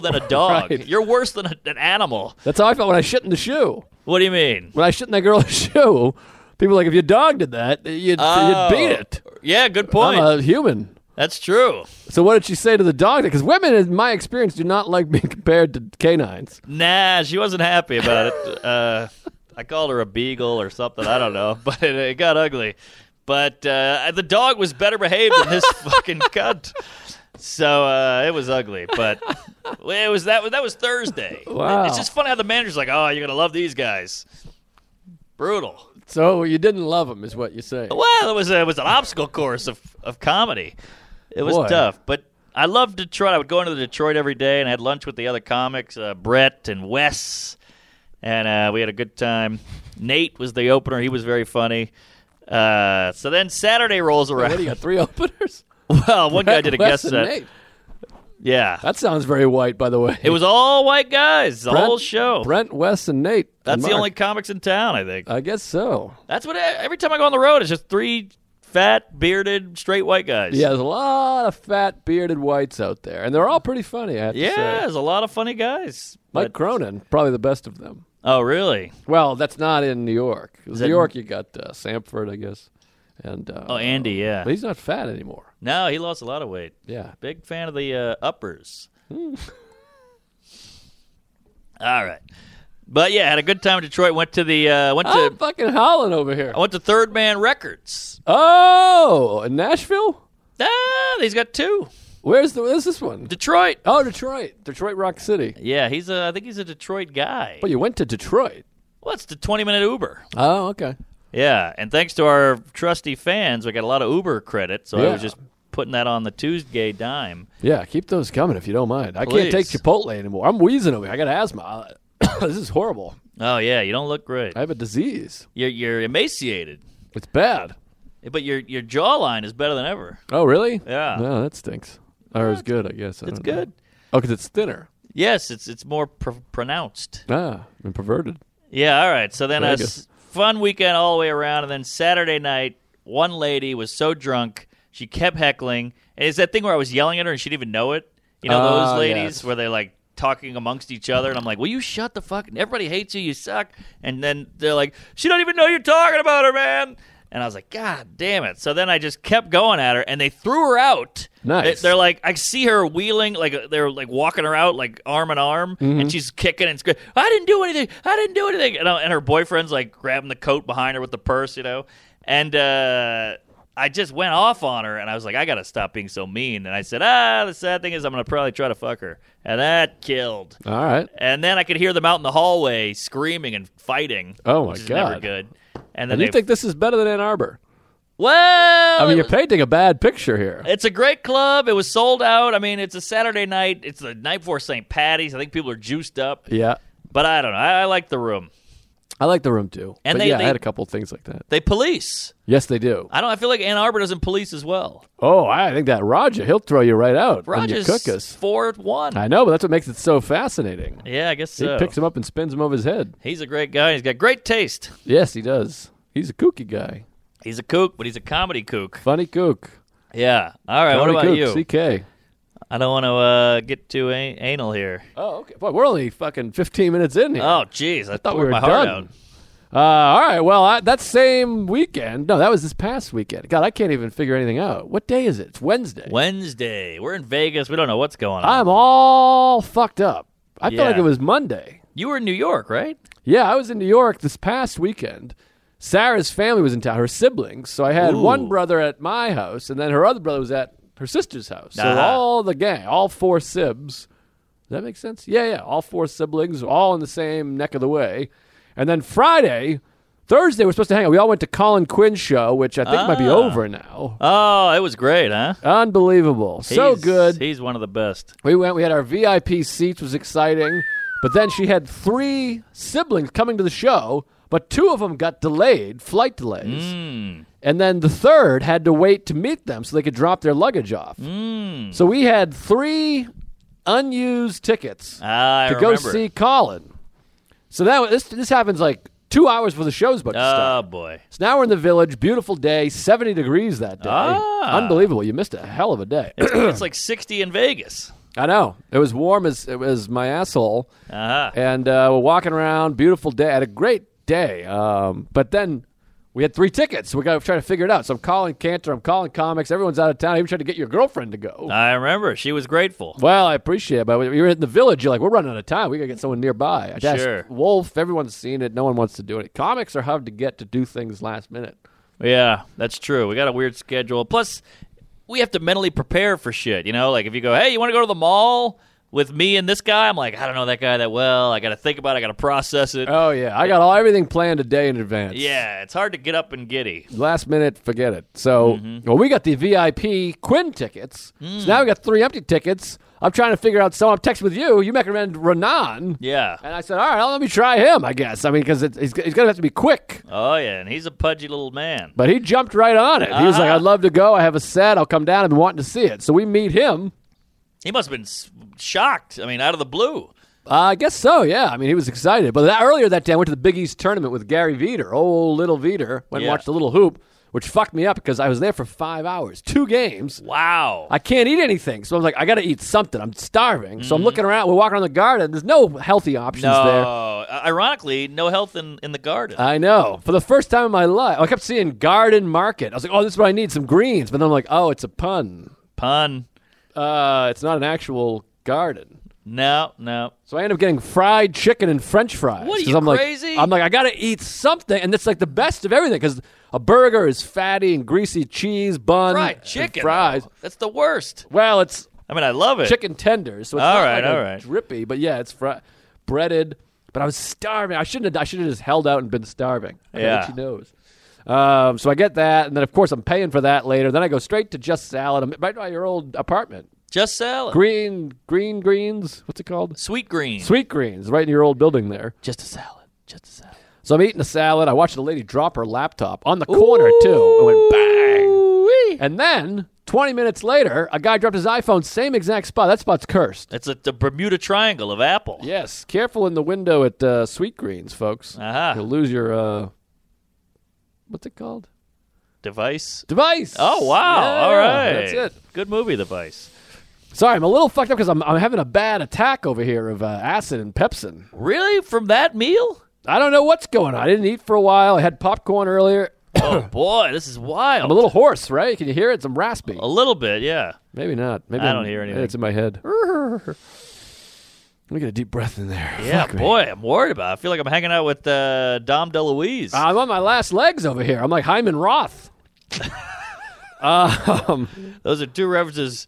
[SPEAKER 4] than a dog.
[SPEAKER 1] Right.
[SPEAKER 4] You're worse than a, an animal.
[SPEAKER 1] That's how I felt when I shit in the shoe.
[SPEAKER 4] What do you mean?
[SPEAKER 1] When I shit in that girl's
[SPEAKER 4] Oh,
[SPEAKER 1] shoe, people were like if your dog did that, you'd, you'd beat it. Uh-huh.
[SPEAKER 4] Yeah, good point.
[SPEAKER 1] I'm a human.
[SPEAKER 4] That's true.
[SPEAKER 1] So what did she say to the dog? Because women, in my experience, do not like being compared to canines.
[SPEAKER 4] Nah, she wasn't happy about it. Uh, I called her a beagle or something. I don't know, but it, it got ugly. But uh, the dog was better behaved than this fucking cunt. So uh, it was ugly, but it was that. That was Thursday.
[SPEAKER 1] Wow.
[SPEAKER 4] It's just funny how the manager's like, "Oh, you're gonna love these guys." Brutal.
[SPEAKER 1] So you didn't love them, is what you say.
[SPEAKER 4] Well, it was a, it was an obstacle course of, of comedy. It was
[SPEAKER 1] Boy.
[SPEAKER 4] tough, but I loved Detroit. I would go into Detroit every day and I had lunch with the other comics, uh, Brett and Wes, and uh, we had a good time. Nate was the opener; he was very funny. Uh, so then Saturday rolls
[SPEAKER 1] What
[SPEAKER 4] around.
[SPEAKER 1] do you got? Three openers.
[SPEAKER 4] well, one guy did a guest
[SPEAKER 1] Wes and
[SPEAKER 4] set.
[SPEAKER 1] Nate.
[SPEAKER 4] Yeah,
[SPEAKER 1] That sounds very white, by the way.
[SPEAKER 4] it was all white guys the whole show.
[SPEAKER 1] Brent, Wes, and Nate. and
[SPEAKER 4] That's the
[SPEAKER 1] Mark. Uh,
[SPEAKER 4] only comics in town, I think.
[SPEAKER 1] I guess so.
[SPEAKER 4] That's what e, every time I go on the road, it's just three fat, bearded, straight white guys.
[SPEAKER 1] Yeah, there's a lot of fat bearded whites out there, and they're all pretty funny. I have to
[SPEAKER 4] Yeah,
[SPEAKER 1] say.
[SPEAKER 4] there's a lot of funny guys.
[SPEAKER 1] Mike
[SPEAKER 4] But-
[SPEAKER 1] Cronin, probably the best of them.
[SPEAKER 4] oh, really?
[SPEAKER 1] Well, that's not in New York. 'Cause
[SPEAKER 4] that-
[SPEAKER 1] New York, you got uh, Samford, I guess, and uh,
[SPEAKER 4] Oh, Andy, yeah.
[SPEAKER 1] But he's not fat anymore.
[SPEAKER 4] No, he lost a lot of weight.
[SPEAKER 1] Yeah,
[SPEAKER 4] Big fan of the uh, uppers.
[SPEAKER 1] Hmm.
[SPEAKER 4] All right, but yeah, had a good time in Detroit. Went to the uh, went
[SPEAKER 1] I'm
[SPEAKER 4] to
[SPEAKER 1] fucking howling over here.
[SPEAKER 4] I went to Third Man Records.
[SPEAKER 1] Oh, in Nashville.
[SPEAKER 4] Ah, he's got two.
[SPEAKER 1] Where's the? Where's this one?
[SPEAKER 4] Detroit.
[SPEAKER 1] Oh, Detroit, Detroit Rock City.
[SPEAKER 4] Yeah, he's a. I think he's a Detroit guy.
[SPEAKER 1] But you went to Detroit.
[SPEAKER 4] What's the twenty minute Uber?
[SPEAKER 1] Oh, okay.
[SPEAKER 4] Yeah, and thanks to our trusty fans, we got a lot of Uber credit. So I was
[SPEAKER 1] Yeah.
[SPEAKER 4] just putting that on the Tuesday dime.
[SPEAKER 1] Yeah, keep those coming if you don't mind. I can't
[SPEAKER 4] Please.
[SPEAKER 1] take Chipotle anymore. I'm wheezing over here. I got asthma. this is horrible.
[SPEAKER 4] Oh yeah, you don't look great.
[SPEAKER 1] I have a disease.
[SPEAKER 4] You're you're emaciated,
[SPEAKER 1] It's bad.
[SPEAKER 4] but your your jawline is better than ever.
[SPEAKER 1] Oh, really?
[SPEAKER 4] Yeah.
[SPEAKER 1] No, that stinks. Or it's good, I guess. I
[SPEAKER 4] It's
[SPEAKER 1] don't know.
[SPEAKER 4] good.
[SPEAKER 1] Oh, because it's thinner.
[SPEAKER 4] Yes, it's it's more pr- pronounced.
[SPEAKER 1] Ah, and perverted.
[SPEAKER 4] Yeah. All right. So then a
[SPEAKER 1] Very
[SPEAKER 4] s- fun weekend all the way around, and then Saturday night, one lady was so drunk she kept heckling. And it's that thing where I was yelling at her and she didn't even know it. You know
[SPEAKER 1] Ah,
[SPEAKER 4] those ladies
[SPEAKER 1] yes.
[SPEAKER 4] where they're like talking amongst each other, and I'm like, "Will you shut the fuck? Everybody hates you. You suck." And then they're like, "She don't even know you're talking about her, man." And I was like, "God damn it!" So then I just kept going at her, and they threw her out.
[SPEAKER 1] Nice.
[SPEAKER 4] They, they're like, I see her wheeling, like uh, they're like walking her out, like arm in arm,
[SPEAKER 1] Mm-hmm.
[SPEAKER 4] and she's kicking and screaming. I didn't do anything. I didn't do anything. And, uh, and her boyfriend's like grabbing the coat behind her with the purse, you know. And uh, I just went off on her, and I was like, I gotta stop being so mean. And I said, Ah, the sad thing is, I'm gonna probably try to fuck her, and that killed.
[SPEAKER 1] All right.
[SPEAKER 4] And then I could hear them out in the hallway screaming and fighting.
[SPEAKER 1] Oh, my
[SPEAKER 4] which is never
[SPEAKER 1] God.
[SPEAKER 4] good. And then
[SPEAKER 1] And you
[SPEAKER 4] they,
[SPEAKER 1] think this is better than Ann Arbor?
[SPEAKER 4] well,
[SPEAKER 1] I mean,
[SPEAKER 4] it
[SPEAKER 1] you're painting a bad picture here.
[SPEAKER 4] It's a great club. It was sold out. I mean, it's a Saturday night. It's the night before St. Patty's. I think people are juiced up,
[SPEAKER 1] Yeah.
[SPEAKER 4] but I don't know. I, I like the room.
[SPEAKER 1] I like the room too.
[SPEAKER 4] And
[SPEAKER 1] but
[SPEAKER 4] they-
[SPEAKER 1] yeah,
[SPEAKER 4] they-
[SPEAKER 1] I had a couple things like that.
[SPEAKER 4] They police.
[SPEAKER 1] Yes, they do.
[SPEAKER 4] I don't. I feel like Ann Arbor doesn't police as well.
[SPEAKER 1] Oh, I think that Roger, he'll throw you right out
[SPEAKER 4] Rogers
[SPEAKER 1] when you cook us.
[SPEAKER 4] four one.
[SPEAKER 1] I know, but that's what makes it so fascinating.
[SPEAKER 4] yeah, I guess so.
[SPEAKER 1] He picks him up and spins him over his head.
[SPEAKER 4] he's a great guy. He's got great taste.
[SPEAKER 1] Yes, he does. He's a kooky guy.
[SPEAKER 4] He's a kook, but he's a comedy kook.
[SPEAKER 1] Funny kook.
[SPEAKER 4] Yeah. All right. what
[SPEAKER 1] Funny
[SPEAKER 4] about
[SPEAKER 1] kook,
[SPEAKER 4] you?
[SPEAKER 1] CK.
[SPEAKER 4] I don't want to uh, get too a- anal here.
[SPEAKER 1] Oh, okay. Boy, we're only fucking 15 minutes in here.
[SPEAKER 4] Oh, jeez. I,
[SPEAKER 1] thought
[SPEAKER 4] tore
[SPEAKER 1] we were
[SPEAKER 4] my heart out.
[SPEAKER 1] done. Uh, all right. Well, I, that same weekend. No, that was this past weekend. God, I can't even figure anything out. What day is it? It's Wednesday.
[SPEAKER 4] Wednesday. We're in Vegas. We don't know what's going on.
[SPEAKER 1] I'm all fucked up. I
[SPEAKER 4] Yeah.
[SPEAKER 1] felt like it was Monday.
[SPEAKER 4] you were in New York, right?
[SPEAKER 1] Yeah, I was in New York this past weekend. Sarah's family was in town, her siblings. So I had
[SPEAKER 4] Ooh.
[SPEAKER 1] one brother at my house, and then her other brother was at her sister's house. So
[SPEAKER 4] Ah.
[SPEAKER 1] all the gang, all four sibs. Does that make sense? Yeah, yeah. All four siblings, all in the same neck of the way. And then Friday, Thursday, we're supposed to hang out. We all went to Colin Quinn's show, which I think might be
[SPEAKER 4] Ah.
[SPEAKER 1] over now.
[SPEAKER 4] Oh, it was great, huh?
[SPEAKER 1] Unbelievable. so
[SPEAKER 4] He's-
[SPEAKER 1] good.
[SPEAKER 4] He's one of the best.
[SPEAKER 1] We went. We had our VIP seats. Was exciting, but then she had three siblings coming to the show, but two of them got delayed, flight delays,
[SPEAKER 4] Hmm.
[SPEAKER 1] and then the third had to wait to meet them so they could drop their luggage off.
[SPEAKER 4] Hmm.
[SPEAKER 1] So we had three unused tickets
[SPEAKER 4] Ah, I
[SPEAKER 1] to go
[SPEAKER 4] remember.
[SPEAKER 1] see Colin. So now this this happens like two hours before the show's about to start.
[SPEAKER 4] Oh boy.
[SPEAKER 1] So now we're in the village. Beautiful day. Seventy degrees that day.
[SPEAKER 4] Ah.
[SPEAKER 1] Unbelievable. You missed a hell of a day.
[SPEAKER 4] it's like 60 in Vegas.
[SPEAKER 1] I know it was warm as it was my asshole,
[SPEAKER 4] Uh-huh.
[SPEAKER 1] and uh, we're walking around. Beautiful day. Had a great day. Um, but then We had three tickets. We got to try to figure it out. So I'm calling Cantor. I'm calling comics. Everyone's out of town. I even tried to get your girlfriend to go.
[SPEAKER 4] I remember she was grateful.
[SPEAKER 1] well, I appreciate it, but we were in the village. You're like, we're running out of time. We got to get someone nearby. I asked
[SPEAKER 4] Sure.
[SPEAKER 1] Wolf. Everyone's seen it. No one wants to do it. Comics are hard to get to do things last minute.
[SPEAKER 4] Yeah, that's true. We got a weird schedule. Plus, we have to mentally prepare for shit. You know, like if you go, hey, you want to go to the mall with me and this guy? I'm like, I don't know that guy that well. I got to think about. it. I got to process it.
[SPEAKER 1] Oh yeah, I got all everything planned a day in advance.
[SPEAKER 4] yeah, it's hard to get up and giddy.
[SPEAKER 1] Last minute, forget it. So,
[SPEAKER 4] Mm-hmm.
[SPEAKER 1] well, we got the VIP Quinn tickets.
[SPEAKER 4] Mm.
[SPEAKER 1] So now we got three empty tickets. I'm trying to figure out. So I'm texting with you. You recommend Renan.
[SPEAKER 4] Yeah.
[SPEAKER 1] And I said, all right, let me try him, I guess. I mean, because he's, he's going to have to be quick.
[SPEAKER 4] Oh yeah, and he's a pudgy little man.
[SPEAKER 1] But he jumped right on it. He was
[SPEAKER 4] Uh-huh.
[SPEAKER 1] like, I'd love to go. I have a set. I'll come down. I've been wanting to see it. So we meet him.
[SPEAKER 4] He must have been s- shocked. I mean, out of the blue.
[SPEAKER 1] Uh, I guess so, yeah. I mean, he was excited. But that, earlier that day, I went to the Big East tournament with Gary Veter, old little Veter. Went and
[SPEAKER 4] Yeah.
[SPEAKER 1] watched the little hoop, which fucked me up because I was there for five hours, two games.
[SPEAKER 4] Wow.
[SPEAKER 1] I can't eat anything. So I was like, I got to eat something. I'm starving. So I'm looking around. We're walking around the garden. There's no healthy options
[SPEAKER 4] Mm-hmm. no.
[SPEAKER 1] there. Uh,
[SPEAKER 4] I- Ironically, no health in, in the garden.
[SPEAKER 1] I know. For the first time in my life, I kept seeing garden market. I was like, oh, this is what I need some greens. But then I'm like, oh, it's a pun.
[SPEAKER 4] Pun.
[SPEAKER 1] Uh, it's not an actual garden.
[SPEAKER 4] No, no.
[SPEAKER 1] So I end up getting fried chicken and French fries.
[SPEAKER 4] What are
[SPEAKER 1] 'Cause
[SPEAKER 4] you,
[SPEAKER 1] I'm like-
[SPEAKER 4] crazy?
[SPEAKER 1] I'm like, I gotta eat something, and it's like the best of everything because a burger is fatty and greasy cheese bun,
[SPEAKER 4] Fried
[SPEAKER 1] and
[SPEAKER 4] chicken.
[SPEAKER 1] fries.
[SPEAKER 4] though. That's the worst.
[SPEAKER 1] Well, it's
[SPEAKER 4] I mean, I love it.
[SPEAKER 1] chicken tenders, so it's
[SPEAKER 4] All
[SPEAKER 1] not
[SPEAKER 4] right,
[SPEAKER 1] like a
[SPEAKER 4] all right.
[SPEAKER 1] drippy, but yeah, it's fri- breaded. But I was starving. I shouldn't have. I should have just held out and been starving. I bet
[SPEAKER 4] Yeah.
[SPEAKER 1] she knows. Um, so I get that, and then of course I'm paying for that later. Then I go straight to just salad. I'm right by your old apartment.
[SPEAKER 4] Just salad.
[SPEAKER 1] Green, green greens. What's it called?
[SPEAKER 4] Sweet green.
[SPEAKER 1] Sweet greens, right in your old building there.
[SPEAKER 4] Just a salad. Just a salad.
[SPEAKER 1] So I'm eating a salad. I watched the lady drop her laptop on the corner too. It went bang. And then 20 minutes later, a guy dropped his iPhone, same exact spot. That spot's cursed.
[SPEAKER 4] It's a, the Bermuda Triangle of Apple.
[SPEAKER 1] Yes, careful in the window at uh, Sweet Greens, folks.
[SPEAKER 4] Aha.
[SPEAKER 1] You'll lose your uh, what's it called?
[SPEAKER 4] Device.
[SPEAKER 1] Device.
[SPEAKER 4] Oh wow!
[SPEAKER 1] Yeah,
[SPEAKER 4] All right,
[SPEAKER 1] That's it.
[SPEAKER 4] Good movie, The Vice.
[SPEAKER 1] Sorry, I'm a little fucked up because I'm, I'm having a bad attack over here of uh, acid and pepsin.
[SPEAKER 4] Really, from that meal?
[SPEAKER 1] I don't know what's going on. I didn't eat for a while. I had popcorn earlier.
[SPEAKER 4] Oh boy, this is wild.
[SPEAKER 1] I'm a little hoarse, right? Can you hear it? I'm raspy.
[SPEAKER 4] a little bit, yeah.
[SPEAKER 1] Maybe not. Maybe
[SPEAKER 4] I
[SPEAKER 1] I'm-
[SPEAKER 4] don't hear anything.
[SPEAKER 1] It's in my head. Let me get a deep breath in there.
[SPEAKER 4] Yeah,
[SPEAKER 1] Fuck me.
[SPEAKER 4] boy, I'm worried about. It. I feel like I'm hanging out with uh, Dom DeLuise.
[SPEAKER 1] I'm on my last legs over here. I'm like Hyman Roth.
[SPEAKER 4] Those are two references.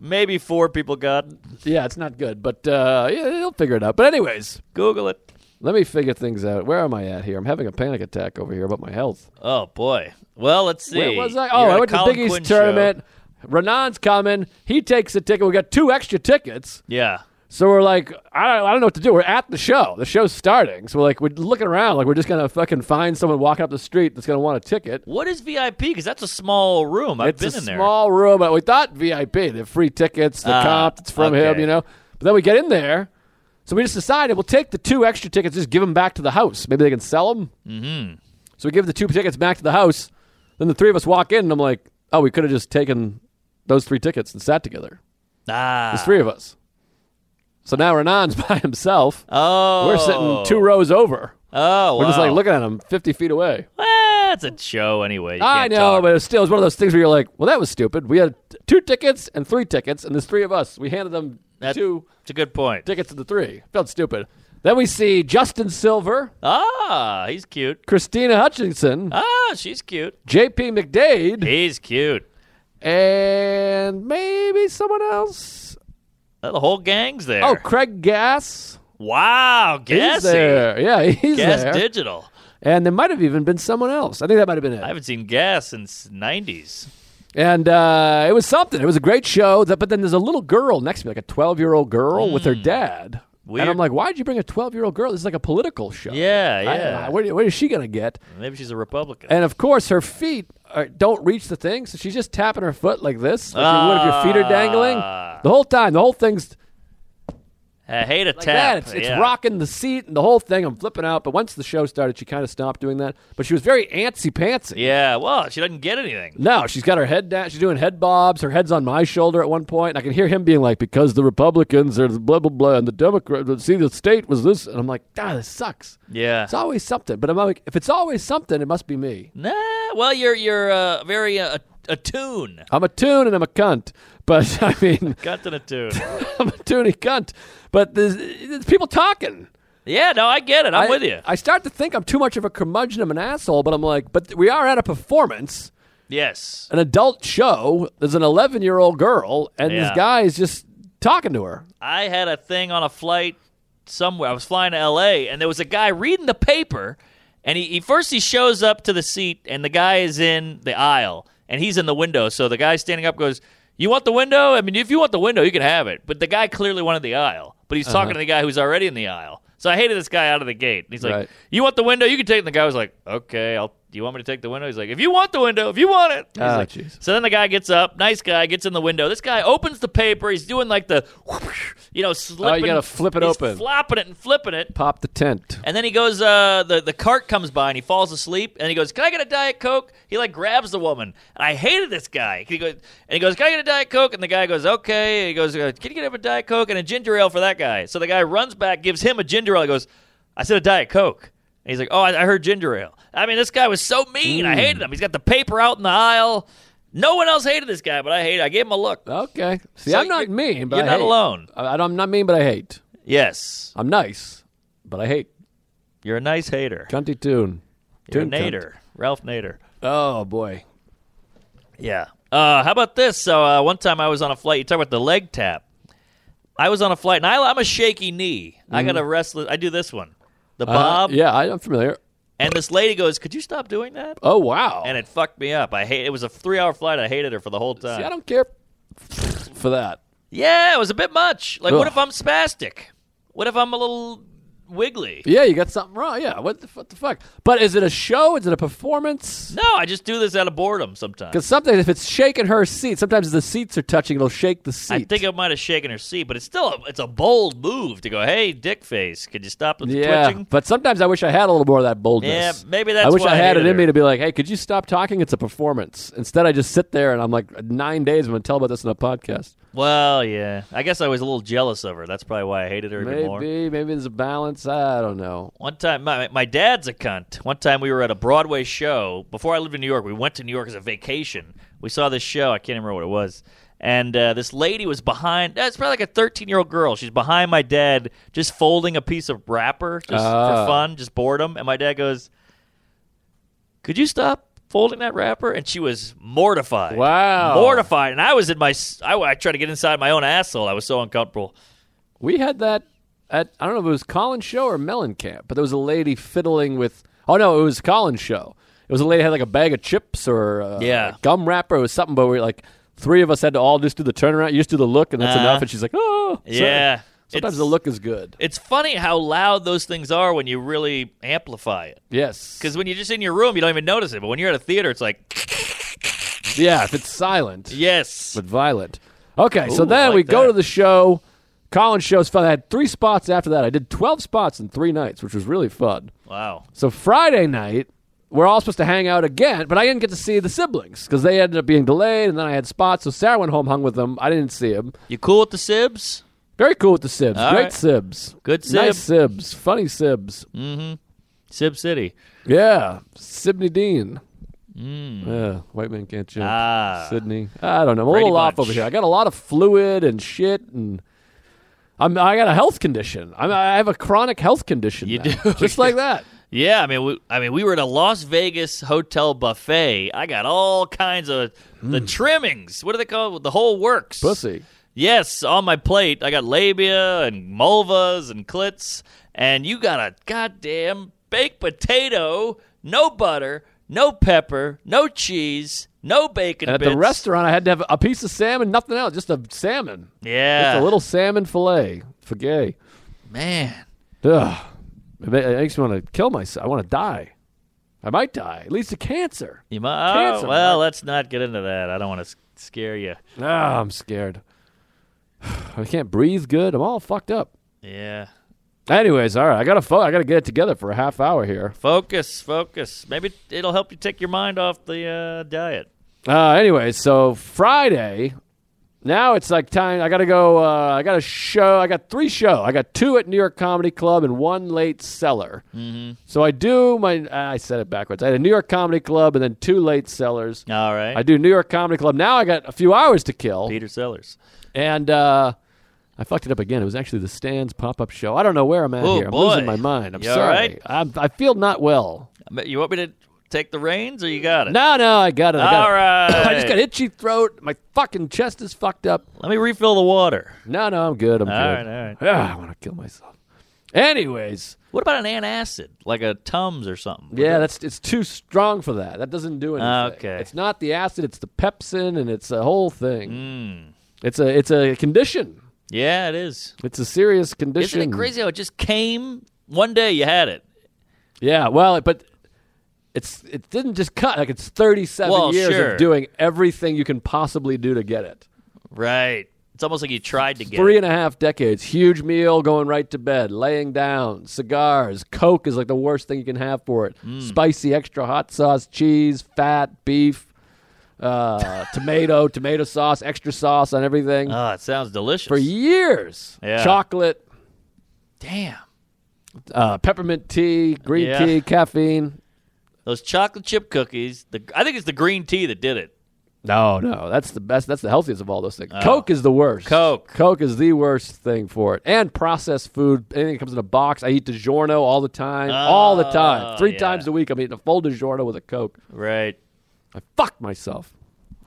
[SPEAKER 4] Maybe four people got.
[SPEAKER 1] Yeah, it's not good, but uh, yeah, he'll figure it out. But anyways,
[SPEAKER 4] Google it.
[SPEAKER 1] let me figure things out. Where am I at here? I'm having a panic attack over here about my health.
[SPEAKER 4] Oh boy. Well, let's see.
[SPEAKER 1] Where was I?
[SPEAKER 4] You're
[SPEAKER 1] Oh,
[SPEAKER 4] at
[SPEAKER 1] I
[SPEAKER 4] a
[SPEAKER 1] went to the
[SPEAKER 4] Colin
[SPEAKER 1] Big East
[SPEAKER 4] Quinn show.
[SPEAKER 1] tournament. Renan's coming. He takes a ticket. We got two extra tickets.
[SPEAKER 4] Yeah.
[SPEAKER 1] So we're like, I don't, I don't know what to do. We're at the show. The show's starting. So we're like, we're looking around like we're just going to fucking find someone walking up the street that's going to want a ticket.
[SPEAKER 4] What is VIP? Because that's a small room. I've
[SPEAKER 1] it's
[SPEAKER 4] been
[SPEAKER 1] a
[SPEAKER 4] in there.
[SPEAKER 1] small room. We thought VIP. The free tickets, the
[SPEAKER 4] Ah,
[SPEAKER 1] comp. It's from him,
[SPEAKER 4] okay.
[SPEAKER 1] you know. But then we get in there, so we just decided we'll take the two extra tickets, just give them back to the house. Maybe they can sell them. Mm-hmm. So we give the two tickets back to the house. Then the three of us walk in, and I'm like, oh, we could have just taken those three tickets and sat together.
[SPEAKER 4] ah.
[SPEAKER 1] It's three of us. So now Renan's by himself.
[SPEAKER 4] Oh.
[SPEAKER 1] We're sitting two rows over.
[SPEAKER 4] Oh.
[SPEAKER 1] We're just
[SPEAKER 4] wow.
[SPEAKER 1] like looking at him 50 feet away.
[SPEAKER 4] Ah, it's a show anyway. You
[SPEAKER 1] I
[SPEAKER 4] can't
[SPEAKER 1] know,
[SPEAKER 4] talk.
[SPEAKER 1] but it was still, it's one of those things where you're like, well, that was stupid. We had t- two tickets and three tickets, and there's three of us. We handed them
[SPEAKER 4] That-
[SPEAKER 1] two
[SPEAKER 4] It's a good point.
[SPEAKER 1] tickets to the three. Felt stupid. Then we see Justin Silver,
[SPEAKER 4] Ah, he's cute.
[SPEAKER 1] Christina Hutchinson,
[SPEAKER 4] Ah, she's cute.
[SPEAKER 1] J.P. McDade,
[SPEAKER 4] He's cute.
[SPEAKER 1] and maybe someone else.
[SPEAKER 4] Uh, The whole gang's there.
[SPEAKER 1] Oh, Craig Gass.
[SPEAKER 4] wow,
[SPEAKER 1] He's
[SPEAKER 4] Gassy.
[SPEAKER 1] there. Yeah, he's
[SPEAKER 4] Gas
[SPEAKER 1] there.
[SPEAKER 4] Digital.
[SPEAKER 1] And there might have even been someone else. I think that might have been it.
[SPEAKER 4] I haven't seen Gas since '90s.
[SPEAKER 1] And uh, it was something. It was a great show. That, but then there's a little girl next to me, like a 12 year old girl with her dad.
[SPEAKER 4] Hmm. Weird.
[SPEAKER 1] And I'm like, why'd you bring a 12 year old girl? This is like a political show.
[SPEAKER 4] Yeah,
[SPEAKER 1] I-
[SPEAKER 4] yeah.
[SPEAKER 1] I- what, what is she going to get?
[SPEAKER 4] Maybe she's a Republican.
[SPEAKER 1] And of course, her feet are, don't reach the thing. So she's just tapping her foot like this, like you would if your feet are dangling.
[SPEAKER 4] Ah.
[SPEAKER 1] The whole time, the whole thing's.
[SPEAKER 4] I hate a
[SPEAKER 1] like
[SPEAKER 4] tap.
[SPEAKER 1] that. It's, it's
[SPEAKER 4] yeah.
[SPEAKER 1] rocking the seat and the whole thing. I'm flipping out. But once the show started, she kind of stopped doing that. But she was very antsy pantsy.
[SPEAKER 4] Yeah, well, she doesn't get anything.
[SPEAKER 1] No, she's got her head down. She's doing head bobs. Her head's on my shoulder at one point, And I can hear him being like, because the Republicans are blah, blah, blah. And the Democrats, see, the state was this. And I'm like, ah, this sucks.
[SPEAKER 4] Yeah.
[SPEAKER 1] It's always something. But I'm like, if it's always something, it must be me.
[SPEAKER 4] Nah, well, you're you're uh, very uh, attuned.
[SPEAKER 1] I'm a toon and I'm a cunt. But I mean,
[SPEAKER 4] Got an attune.
[SPEAKER 1] I'm a toony cunt. But there's, there's people talking.
[SPEAKER 4] yeah, no, I get it. I'm
[SPEAKER 1] I-
[SPEAKER 4] with you.
[SPEAKER 1] I start to think I'm too much of a curmudgeon. I'm an asshole. But I'm like, but we are at a performance,
[SPEAKER 4] yes.
[SPEAKER 1] an adult show. There's an 11 year old girl, and
[SPEAKER 4] Yeah.
[SPEAKER 1] this guy is just talking to her.
[SPEAKER 4] I had a thing on a flight somewhere. I was flying to L.A. and there was a guy reading the paper, and he, he first he shows up to the seat, and the guy is in the aisle, and he's in the window. So the guy standing up goes, "You want the window? I mean, if you want the window, you can have it." But the guy clearly wanted the aisle, but he's talking to the guy who's already in the aisle. So I hated this guy out of the gate. He's like,
[SPEAKER 1] Right.
[SPEAKER 4] "You want the window? You can take." it. And the guy was like, "Okay, I'll." Do you want me to take the window? He's like, if you want the window, if you want it. He's
[SPEAKER 1] Ah,
[SPEAKER 4] like-
[SPEAKER 1] jeez.
[SPEAKER 4] so then the guy gets up, nice guy, gets in the window. This guy opens the paper. He's doing like the, you know, slipping.
[SPEAKER 1] Oh, gotta flip it
[SPEAKER 4] he's
[SPEAKER 1] open.
[SPEAKER 4] flopping it and flipping it.
[SPEAKER 1] Pop the tent.
[SPEAKER 4] And then he goes, uh, the, the cart comes by and he falls asleep. And he goes, Can I get a Diet Coke? He like grabs the woman. And I hated this guy. He goes, and he goes, Can I get a Diet Coke? And the guy goes, Okay. And he goes, uh, Can you get him a Diet Coke and a ginger ale for that guy? So the guy runs back, gives him a ginger ale. He goes, I said a Diet Coke. And he's like, Oh, I, I heard ginger ale. I mean, this guy was so mean. I hated him. He's got the paper out in the aisle. No one else hated this guy, but I hate. I gave him a look.
[SPEAKER 1] Okay. See,
[SPEAKER 4] So
[SPEAKER 1] I'm not
[SPEAKER 4] you're-
[SPEAKER 1] mean, but
[SPEAKER 4] you're
[SPEAKER 1] I
[SPEAKER 4] not
[SPEAKER 1] hate.
[SPEAKER 4] alone.
[SPEAKER 1] I, I'm not mean, but I hate.
[SPEAKER 4] Yes,
[SPEAKER 1] I'm nice, but I hate.
[SPEAKER 4] you're a nice hater.
[SPEAKER 1] Cunty tune.
[SPEAKER 4] You're a
[SPEAKER 1] Tune cunt.
[SPEAKER 4] Nader, Ralph Nader.
[SPEAKER 1] Oh boy.
[SPEAKER 4] Yeah. Uh, how about this? So uh, one time I was on a flight. You talk about the leg tap. I was on a flight, and I, I'm a shaky knee. I got a restless. I do this one, the
[SPEAKER 1] Uh,
[SPEAKER 4] bob,
[SPEAKER 1] Mm-hmm. yeah, I, I'm familiar.
[SPEAKER 4] and this lady goes, "Could you stop doing that?"
[SPEAKER 1] Oh wow.
[SPEAKER 4] And it fucked me up. I hate. It was a three-hour flight. I hated her for the whole time.
[SPEAKER 1] See, I don't care for that.
[SPEAKER 4] yeah, it was a bit much. Like, what
[SPEAKER 1] Ugh.
[SPEAKER 4] if I'm spastic? What if I'm a little wiggly?
[SPEAKER 1] Yeah, you got something wrong. Yeah, what the, what the fuck? But is it a show? Is it a performance?
[SPEAKER 4] No, I just do this out of boredom sometimes.
[SPEAKER 1] Because sometimes if it's shaking her seat, sometimes the seats are touching. It'll shake the seat.
[SPEAKER 4] I think it might have shaken her seat, but it's still a, it's a bold move to go, "Hey, dick face, could you stop the
[SPEAKER 1] yeah,
[SPEAKER 4] twitching?"
[SPEAKER 1] but sometimes I wish I had a little more of that boldness.
[SPEAKER 4] Yeah, maybe that's
[SPEAKER 1] I wish
[SPEAKER 4] why
[SPEAKER 1] I
[SPEAKER 4] I
[SPEAKER 1] had it
[SPEAKER 4] hated
[SPEAKER 1] in me
[SPEAKER 4] her.
[SPEAKER 1] to be like, "Hey, could you stop talking? It's a performance." Instead, I just sit there and I'm like, nine days. I'm gonna tell about this in a podcast.
[SPEAKER 4] Well, yeah. I guess I was a little jealous of her. That's probably why I hated her even more.
[SPEAKER 1] Maybe, maybe there's a balance. I don't know.
[SPEAKER 4] One time, my, my dad's a cunt. One time we were at a Broadway show. Before I lived in New York, we went to New York as a vacation. We saw this show. I can't remember what it was. And uh, this lady was behind, that's probably like a 13 year old girl. She's behind my dad, just folding a piece of wrapper just
[SPEAKER 1] Ah.
[SPEAKER 4] for fun, just boredom. And my dad goes, Could you stop? Folding that wrapper, and she was mortified.
[SPEAKER 1] Wow.
[SPEAKER 4] mortified! And I was in my, s- I, I tried to get inside my own asshole. I was so uncomfortable.
[SPEAKER 1] We had that at I don't know if it was Colin's show or Mellencamp, but there was a lady fiddling with. Oh no, it was Colin's show. It was a lady had like a bag of chips or uh,
[SPEAKER 4] Yeah.
[SPEAKER 1] a gum wrapper or something. But we like three of us had to all just do the turnaround. You just do the look, and that's
[SPEAKER 4] Uh-huh.
[SPEAKER 1] enough. And she's like, oh, sorry."
[SPEAKER 4] Yeah,
[SPEAKER 1] Sometimes
[SPEAKER 4] It's-
[SPEAKER 1] the look is good.
[SPEAKER 4] It's funny how loud those things are when you really amplify it.
[SPEAKER 1] Yes,
[SPEAKER 4] Because when you're just in your room, you don't even notice it. But when you're at a theater, it's like,
[SPEAKER 1] yeah, if it's silent
[SPEAKER 4] yes.
[SPEAKER 1] but violent. Okay, so
[SPEAKER 4] Ooh, I
[SPEAKER 1] then
[SPEAKER 4] like
[SPEAKER 1] we go
[SPEAKER 4] that.
[SPEAKER 1] to the show. Colin's show's fun. I had three spots after that. I did twelve spots in three nights, which was really fun.
[SPEAKER 4] Wow.
[SPEAKER 1] So Friday night, we're all supposed to hang out again, but I didn't get to see the siblings because they ended up being delayed, and then I had spots. So Sarah went home, hung with them. I didn't see him.
[SPEAKER 4] You cool with the sibs?
[SPEAKER 1] Very cool with the sibs.
[SPEAKER 4] All
[SPEAKER 1] Great
[SPEAKER 4] right.
[SPEAKER 1] sibs.
[SPEAKER 4] Good Mm.
[SPEAKER 1] Nice sibs. Funny sibs.
[SPEAKER 4] Sib City.
[SPEAKER 1] Yeah. Sydney Dean. Yeah. White man can't jump.
[SPEAKER 4] Mm. Ah.
[SPEAKER 1] Sydney. I don't know. I'm a
[SPEAKER 4] Brady
[SPEAKER 1] little off
[SPEAKER 4] Bunch.
[SPEAKER 1] over here. I got a lot of fluid and shit, and I'm I got a health condition. I'm, I have a chronic health condition.
[SPEAKER 4] You
[SPEAKER 1] now.
[SPEAKER 4] do.
[SPEAKER 1] just like that.
[SPEAKER 4] Yeah, I mean, we, I mean, we were at a Las Vegas hotel buffet. I got all kinds of the trimmings. What do they call it? The whole works.
[SPEAKER 1] Pussy.
[SPEAKER 4] Yes, on my plate, I got labia and mulvas and clits, and you got a goddamn baked potato, no butter, no pepper, no cheese, no bacon
[SPEAKER 1] And at
[SPEAKER 4] bits.
[SPEAKER 1] the restaurant, I had to have a piece of salmon, nothing else, just a salmon.
[SPEAKER 4] yeah,
[SPEAKER 1] It's a little salmon fillet for gay.
[SPEAKER 4] man.
[SPEAKER 1] Ugh. It ma- it makes me want to kill myself. I want to die. I might die. It leads to cancer.
[SPEAKER 4] You might,
[SPEAKER 1] Cancer,
[SPEAKER 4] Oh, well,
[SPEAKER 1] right?
[SPEAKER 4] let's not get into that. I don't want to scare you.
[SPEAKER 1] Ah, I'm scared. I can't breathe good. I'm all fucked up.
[SPEAKER 4] Yeah.
[SPEAKER 1] Anyways, all right, I gotta fo- I gotta get it together for a half hour here.
[SPEAKER 4] Focus, focus. Maybe it'll help you take your mind off the uh, diet.
[SPEAKER 1] Uh, anyways, so Friday, now it's like time. I gotta go. Uh, I got a show. I got three show. I got two at New York Comedy Club and one late cellar. Mm-hmm. So I do my. I said it backwards. I had a New York Comedy Club and then two late cellars.
[SPEAKER 4] All right.
[SPEAKER 1] I do New York Comedy Club. Now I got a few hours to kill.
[SPEAKER 4] Peter Sellers.
[SPEAKER 1] And uh, I fucked it up again. It was actually the Stands pop up show. I don't know where I'm at
[SPEAKER 4] Oh,
[SPEAKER 1] here. I'm
[SPEAKER 4] boy.
[SPEAKER 1] losing my mind. I'm
[SPEAKER 4] You all
[SPEAKER 1] sorry.
[SPEAKER 4] right?
[SPEAKER 1] I'm, I feel not well.
[SPEAKER 4] You want me to take the reins or you got it?
[SPEAKER 1] No, no, I got it. I got
[SPEAKER 4] All
[SPEAKER 1] it.
[SPEAKER 4] right.
[SPEAKER 1] I just got itchy throat. My fucking chest is fucked up.
[SPEAKER 4] Let me refill the water.
[SPEAKER 1] No, no, I'm good. I'm
[SPEAKER 4] All
[SPEAKER 1] good.
[SPEAKER 4] right, all right.
[SPEAKER 1] Ah, I want to kill myself. Anyways,
[SPEAKER 4] What about an antacid, like a Tums or something?
[SPEAKER 1] yeah, that's it's too strong for that. That doesn't do anything.
[SPEAKER 4] Okay.
[SPEAKER 1] It's not the acid. It's the pepsin, and it's a whole thing.
[SPEAKER 4] Hmm.
[SPEAKER 1] It's a it's a condition.
[SPEAKER 4] Yeah, it is.
[SPEAKER 1] It's a serious condition.
[SPEAKER 4] Isn't it crazy how it just came one day you had it?
[SPEAKER 1] Yeah, well, but it's it didn't just cut like it's 37
[SPEAKER 4] Well,
[SPEAKER 1] years
[SPEAKER 4] sure.
[SPEAKER 1] of doing everything you can possibly do to get it.
[SPEAKER 4] Right. It's almost like you tried to get
[SPEAKER 1] Three
[SPEAKER 4] it.
[SPEAKER 1] and a half decades, huge meal, going right to bed, laying down, cigars, Coke is like the worst thing you can have for it.
[SPEAKER 4] Mm.
[SPEAKER 1] Spicy, extra hot sauce, cheese, fat, beef, uh, tomato, tomato sauce, extra sauce on everything
[SPEAKER 4] Oh, it sounds delicious.
[SPEAKER 1] for years.
[SPEAKER 4] Yeah.
[SPEAKER 1] Chocolate,
[SPEAKER 4] Damn.
[SPEAKER 1] uh, peppermint tea, green
[SPEAKER 4] Yeah.
[SPEAKER 1] tea, caffeine.
[SPEAKER 4] Those chocolate chip cookies. The I think it's the green tea that did it.
[SPEAKER 1] No, no, that's the best. That's the healthiest of all those things. Coke is the worst.
[SPEAKER 4] Oh. Coke.
[SPEAKER 1] Coke is the worst thing for it. And processed food, anything that comes in a box. I eat DiGiorno all the time, all the time.
[SPEAKER 4] Oh,
[SPEAKER 1] Three
[SPEAKER 4] yeah.
[SPEAKER 1] times a week, I'm eating a full DiGiorno with a Coke.
[SPEAKER 4] Right.
[SPEAKER 1] I fucked myself.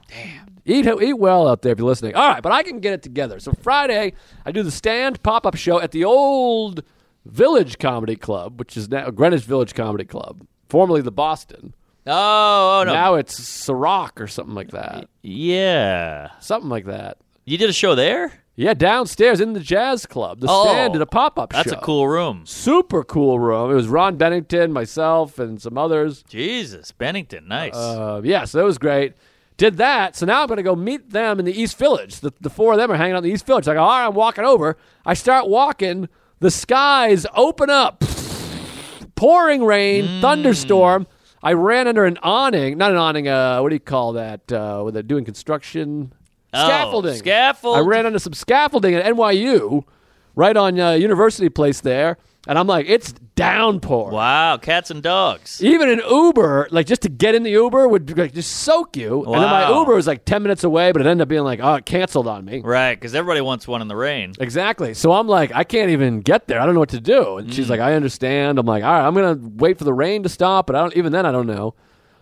[SPEAKER 1] Damn. Eat, eat well out there if you're listening. All right, but I can get it together. So Friday, I do the stand pop up show at the old Village Comedy Club, which is now Greenwich Village Comedy Club, formerly the Boston.
[SPEAKER 4] Oh, oh no.
[SPEAKER 1] Now it's Ciroc or something like that.
[SPEAKER 4] yeah.
[SPEAKER 1] Something like that.
[SPEAKER 4] You did a show there?
[SPEAKER 1] Yeah, downstairs in the jazz club. The
[SPEAKER 4] Oh,
[SPEAKER 1] stand did a pop up show.
[SPEAKER 4] That's a cool room.
[SPEAKER 1] super cool room. It was Ron Bennington, myself, and some others.
[SPEAKER 4] Jesus, Bennington, nice.
[SPEAKER 1] Uh, yeah, so that was great. Did that. So now I'm going to go meet them in the East Village. The, the four of them are hanging out in the East Village. I go, all right, I'm walking over. I start walking. The skies open up. Pouring rain,
[SPEAKER 4] Mm.
[SPEAKER 1] thunderstorm. I ran under an awning. Not an awning. Uh, what do you call that? Uh, when they're doing construction.
[SPEAKER 4] Oh,
[SPEAKER 1] Scaffolding.
[SPEAKER 4] Scaffold.
[SPEAKER 1] I ran into some scaffolding at NYU, right on uh, University Place there, and I'm like, it's downpour.
[SPEAKER 4] Wow, cats and dogs.
[SPEAKER 1] Even an Uber, like just to get in the Uber would like just soak you. And then my
[SPEAKER 4] Wow.
[SPEAKER 1] Uber was like ten minutes away, but it ended up being like, oh, it canceled on me.
[SPEAKER 4] Right, because everybody wants one in the rain.
[SPEAKER 1] Exactly. So I'm like, I can't even get there. I don't know what to do. And she's like, I understand. I'm like, all right, I'm gonna wait for the rain to stop, but I don't. Even then, I don't know.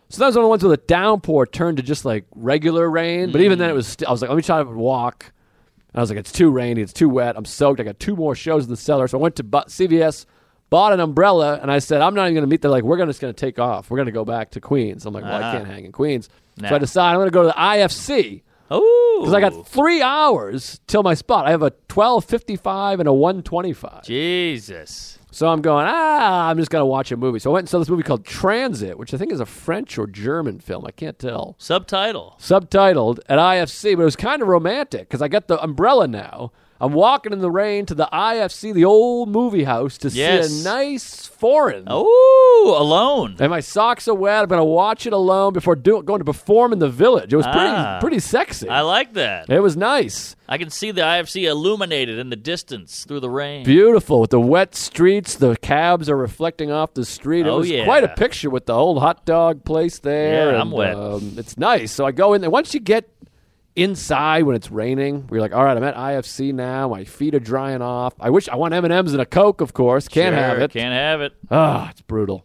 [SPEAKER 1] So that was one of the ones where the downpour turned to just like regular rain. But even then, it was. St- I was like, let me try to walk. And I was like, it's too rainy. It's too wet. I'm soaked. I got two more shows in the cellar. So I went to bu- CVS, bought an umbrella, and I said, I'm not even gonna meet. They're like, we're gonna just gonna take off. We're gonna go back to Queens. I'm like, well, I
[SPEAKER 4] Ah.
[SPEAKER 1] can't hang in Queens. So
[SPEAKER 4] Nah.
[SPEAKER 1] I decide I'm gonna go to the IFC.
[SPEAKER 4] Oh,
[SPEAKER 1] Because I got three hours till my spot. I have a twelve fifty five and a one twenty five.
[SPEAKER 4] Jesus.
[SPEAKER 1] So I'm going, ah, I'm just gonna watch a movie. So I went and saw this movie called Transit, which I think is a French or German film. I can't tell.
[SPEAKER 4] Subtitle.
[SPEAKER 1] Subtitled at IFC, but it was kind of romantic because I got the umbrella now. I'm walking in the rain to the IFC, the old movie house, to see
[SPEAKER 4] Yes.
[SPEAKER 1] a nice foreign.
[SPEAKER 4] Oh, alone.
[SPEAKER 1] And my socks are wet. I'm gonna watch it alone before do- going to perform in the village. It was pretty
[SPEAKER 4] Ah.
[SPEAKER 1] pretty sexy.
[SPEAKER 4] I like that.
[SPEAKER 1] it was nice.
[SPEAKER 4] I can see the IFC illuminated in the distance through the rain.
[SPEAKER 1] beautiful with the wet streets. The cabs are reflecting off the street. it
[SPEAKER 4] Oh,
[SPEAKER 1] was
[SPEAKER 4] yeah.
[SPEAKER 1] quite a picture with the old hot dog place there.
[SPEAKER 4] Yeah, I'm
[SPEAKER 1] and,
[SPEAKER 4] wet.
[SPEAKER 1] Um, it's nice. So I go in there. Once you get inside when it's raining, we're like, all right, I'm at IFC now. My feet are drying off. I wish I want M and M's and a Coke, of course. Can't
[SPEAKER 4] Sure,
[SPEAKER 1] have it.
[SPEAKER 4] Can't have it.
[SPEAKER 1] Ah, it's brutal.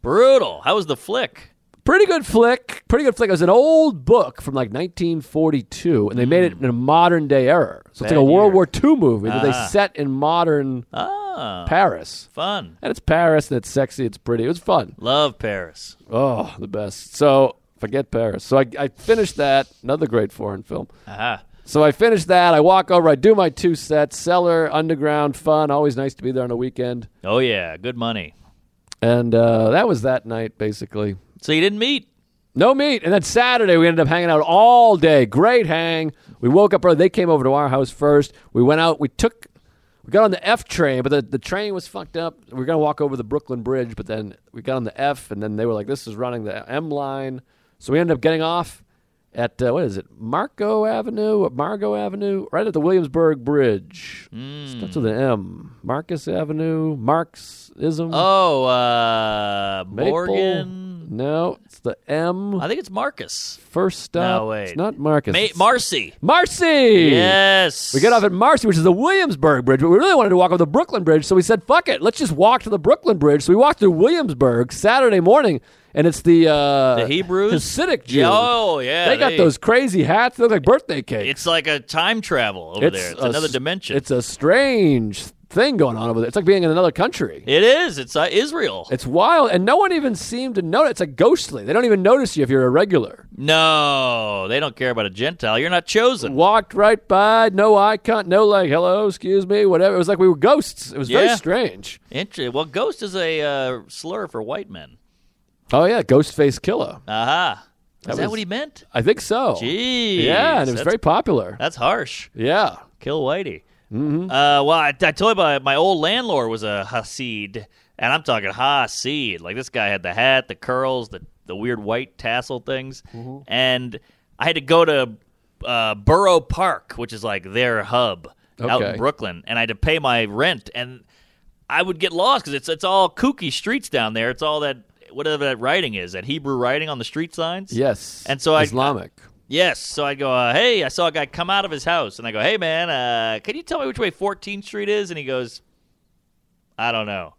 [SPEAKER 4] Brutal. How was the flick?
[SPEAKER 1] Pretty good flick. Pretty good flick. It was an old book from like 1942, and they made it in a modern day era. So it's
[SPEAKER 4] Hmm. Bad
[SPEAKER 1] like a World
[SPEAKER 4] year.
[SPEAKER 1] War II movie that they
[SPEAKER 4] Ah.
[SPEAKER 1] set in modern
[SPEAKER 4] Ah,
[SPEAKER 1] Paris.
[SPEAKER 4] fun.
[SPEAKER 1] And it's Paris, and it's sexy, it's pretty, it was fun.
[SPEAKER 4] Love Paris.
[SPEAKER 1] Oh, the best. So forget Paris. So I, I finished that. Another great foreign film.
[SPEAKER 4] Aha.
[SPEAKER 1] So I finished that. I walk over. I do my two sets. Cellar, underground, fun. Always nice to be there on a weekend.
[SPEAKER 4] Oh yeah, good money.
[SPEAKER 1] And uh, that was that night, basically.
[SPEAKER 4] So you didn't meet.
[SPEAKER 1] No meat. And then Saturday, we ended up hanging out all day. Great hang. We woke up early. They came over to our house first. We went out. We took, we got on the F train, but the, the train was fucked up. We were going to walk over the Brooklyn Bridge, but then we got on the F, and then they were like, this is running the M line. So we ended up getting off at, uh, what is it, Marco Avenue, Margo Avenue, right at the Williamsburg Bridge.
[SPEAKER 4] Hmm.
[SPEAKER 1] Starts with an M. Marcus Avenue, Marxism.
[SPEAKER 4] Oh, uh,
[SPEAKER 1] Maple.
[SPEAKER 4] Morgan.
[SPEAKER 1] No, it's the M.
[SPEAKER 4] I think it's Marcus.
[SPEAKER 1] First stop. It's
[SPEAKER 4] wait.
[SPEAKER 1] not Marcus.
[SPEAKER 4] Ma-
[SPEAKER 1] it's
[SPEAKER 4] Marcy.
[SPEAKER 1] Marcy!
[SPEAKER 4] Yes.
[SPEAKER 1] We got off at Marcy, which is the Williamsburg Bridge, but we really wanted to walk over the Brooklyn Bridge, so we said, "Fuck it, let's just walk to the Brooklyn Bridge." So we walked through Williamsburg Saturday morning, and it's the uh,
[SPEAKER 4] The Hebrews?
[SPEAKER 1] Hasidic Jew.
[SPEAKER 4] Yeah, Oh, yeah.
[SPEAKER 1] they got those crazy hats; they look like birthday cakes.
[SPEAKER 4] It's like a time travel over
[SPEAKER 1] It's
[SPEAKER 4] there. It's
[SPEAKER 1] a
[SPEAKER 4] another
[SPEAKER 1] s-
[SPEAKER 4] dimension.
[SPEAKER 1] It's a strange thing going on over there. It's like being in another country.
[SPEAKER 4] it is. It's uh, Israel.
[SPEAKER 1] It's wild, and no one even seemed to notice. It's like ghostly; they don't even notice you if you're a regular.
[SPEAKER 4] no, they don't care about a Gentile. You're not chosen.
[SPEAKER 1] Walked right by, no eye con, no like, hello, excuse me, whatever. It was like we were ghosts. It was
[SPEAKER 4] Yeah.
[SPEAKER 1] very strange.
[SPEAKER 4] Interesting. Well, ghost is a uh, slur for white men.
[SPEAKER 1] Oh yeah, Ghostface Killer.
[SPEAKER 4] Aha. Is that
[SPEAKER 1] was-
[SPEAKER 4] what he meant?
[SPEAKER 1] I think so.
[SPEAKER 4] Jeez.
[SPEAKER 1] Yeah, and it was
[SPEAKER 4] that's-
[SPEAKER 1] very popular.
[SPEAKER 4] That's harsh.
[SPEAKER 1] Yeah.
[SPEAKER 4] Kill Whitey. Mm-hmm. Uh, well, I, I told you about my old landlord was a Hasid, and I'm talking Hasid. Like this guy had the hat, the curls, the the weird white tassel things, and I had to go to uh, Borough Park, which is like their hub out
[SPEAKER 1] Okay.
[SPEAKER 4] in Brooklyn, and I had to pay my rent, and I would get lost because it's it's all kooky streets down there. It's all that whatever that writing is, that Hebrew writing on the street signs.
[SPEAKER 1] Yes.
[SPEAKER 4] And so I-
[SPEAKER 1] Islamic.
[SPEAKER 4] Yes. So I go, uh, hey, I saw a guy come out of his house, and I go, hey, man, uh, can you tell me which way 14th Street is? And he goes, I don't know.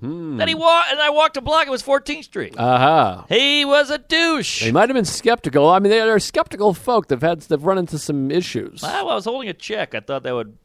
[SPEAKER 1] Hmm.
[SPEAKER 4] Then he walked, and I walked a block. It was 14th Street.
[SPEAKER 1] Aha. Uh-huh.
[SPEAKER 4] he was a douche.
[SPEAKER 1] They might have been skeptical. I mean, they are skeptical folk. They've had they've run into some issues.
[SPEAKER 4] Ah, well, I was holding a check. I thought that would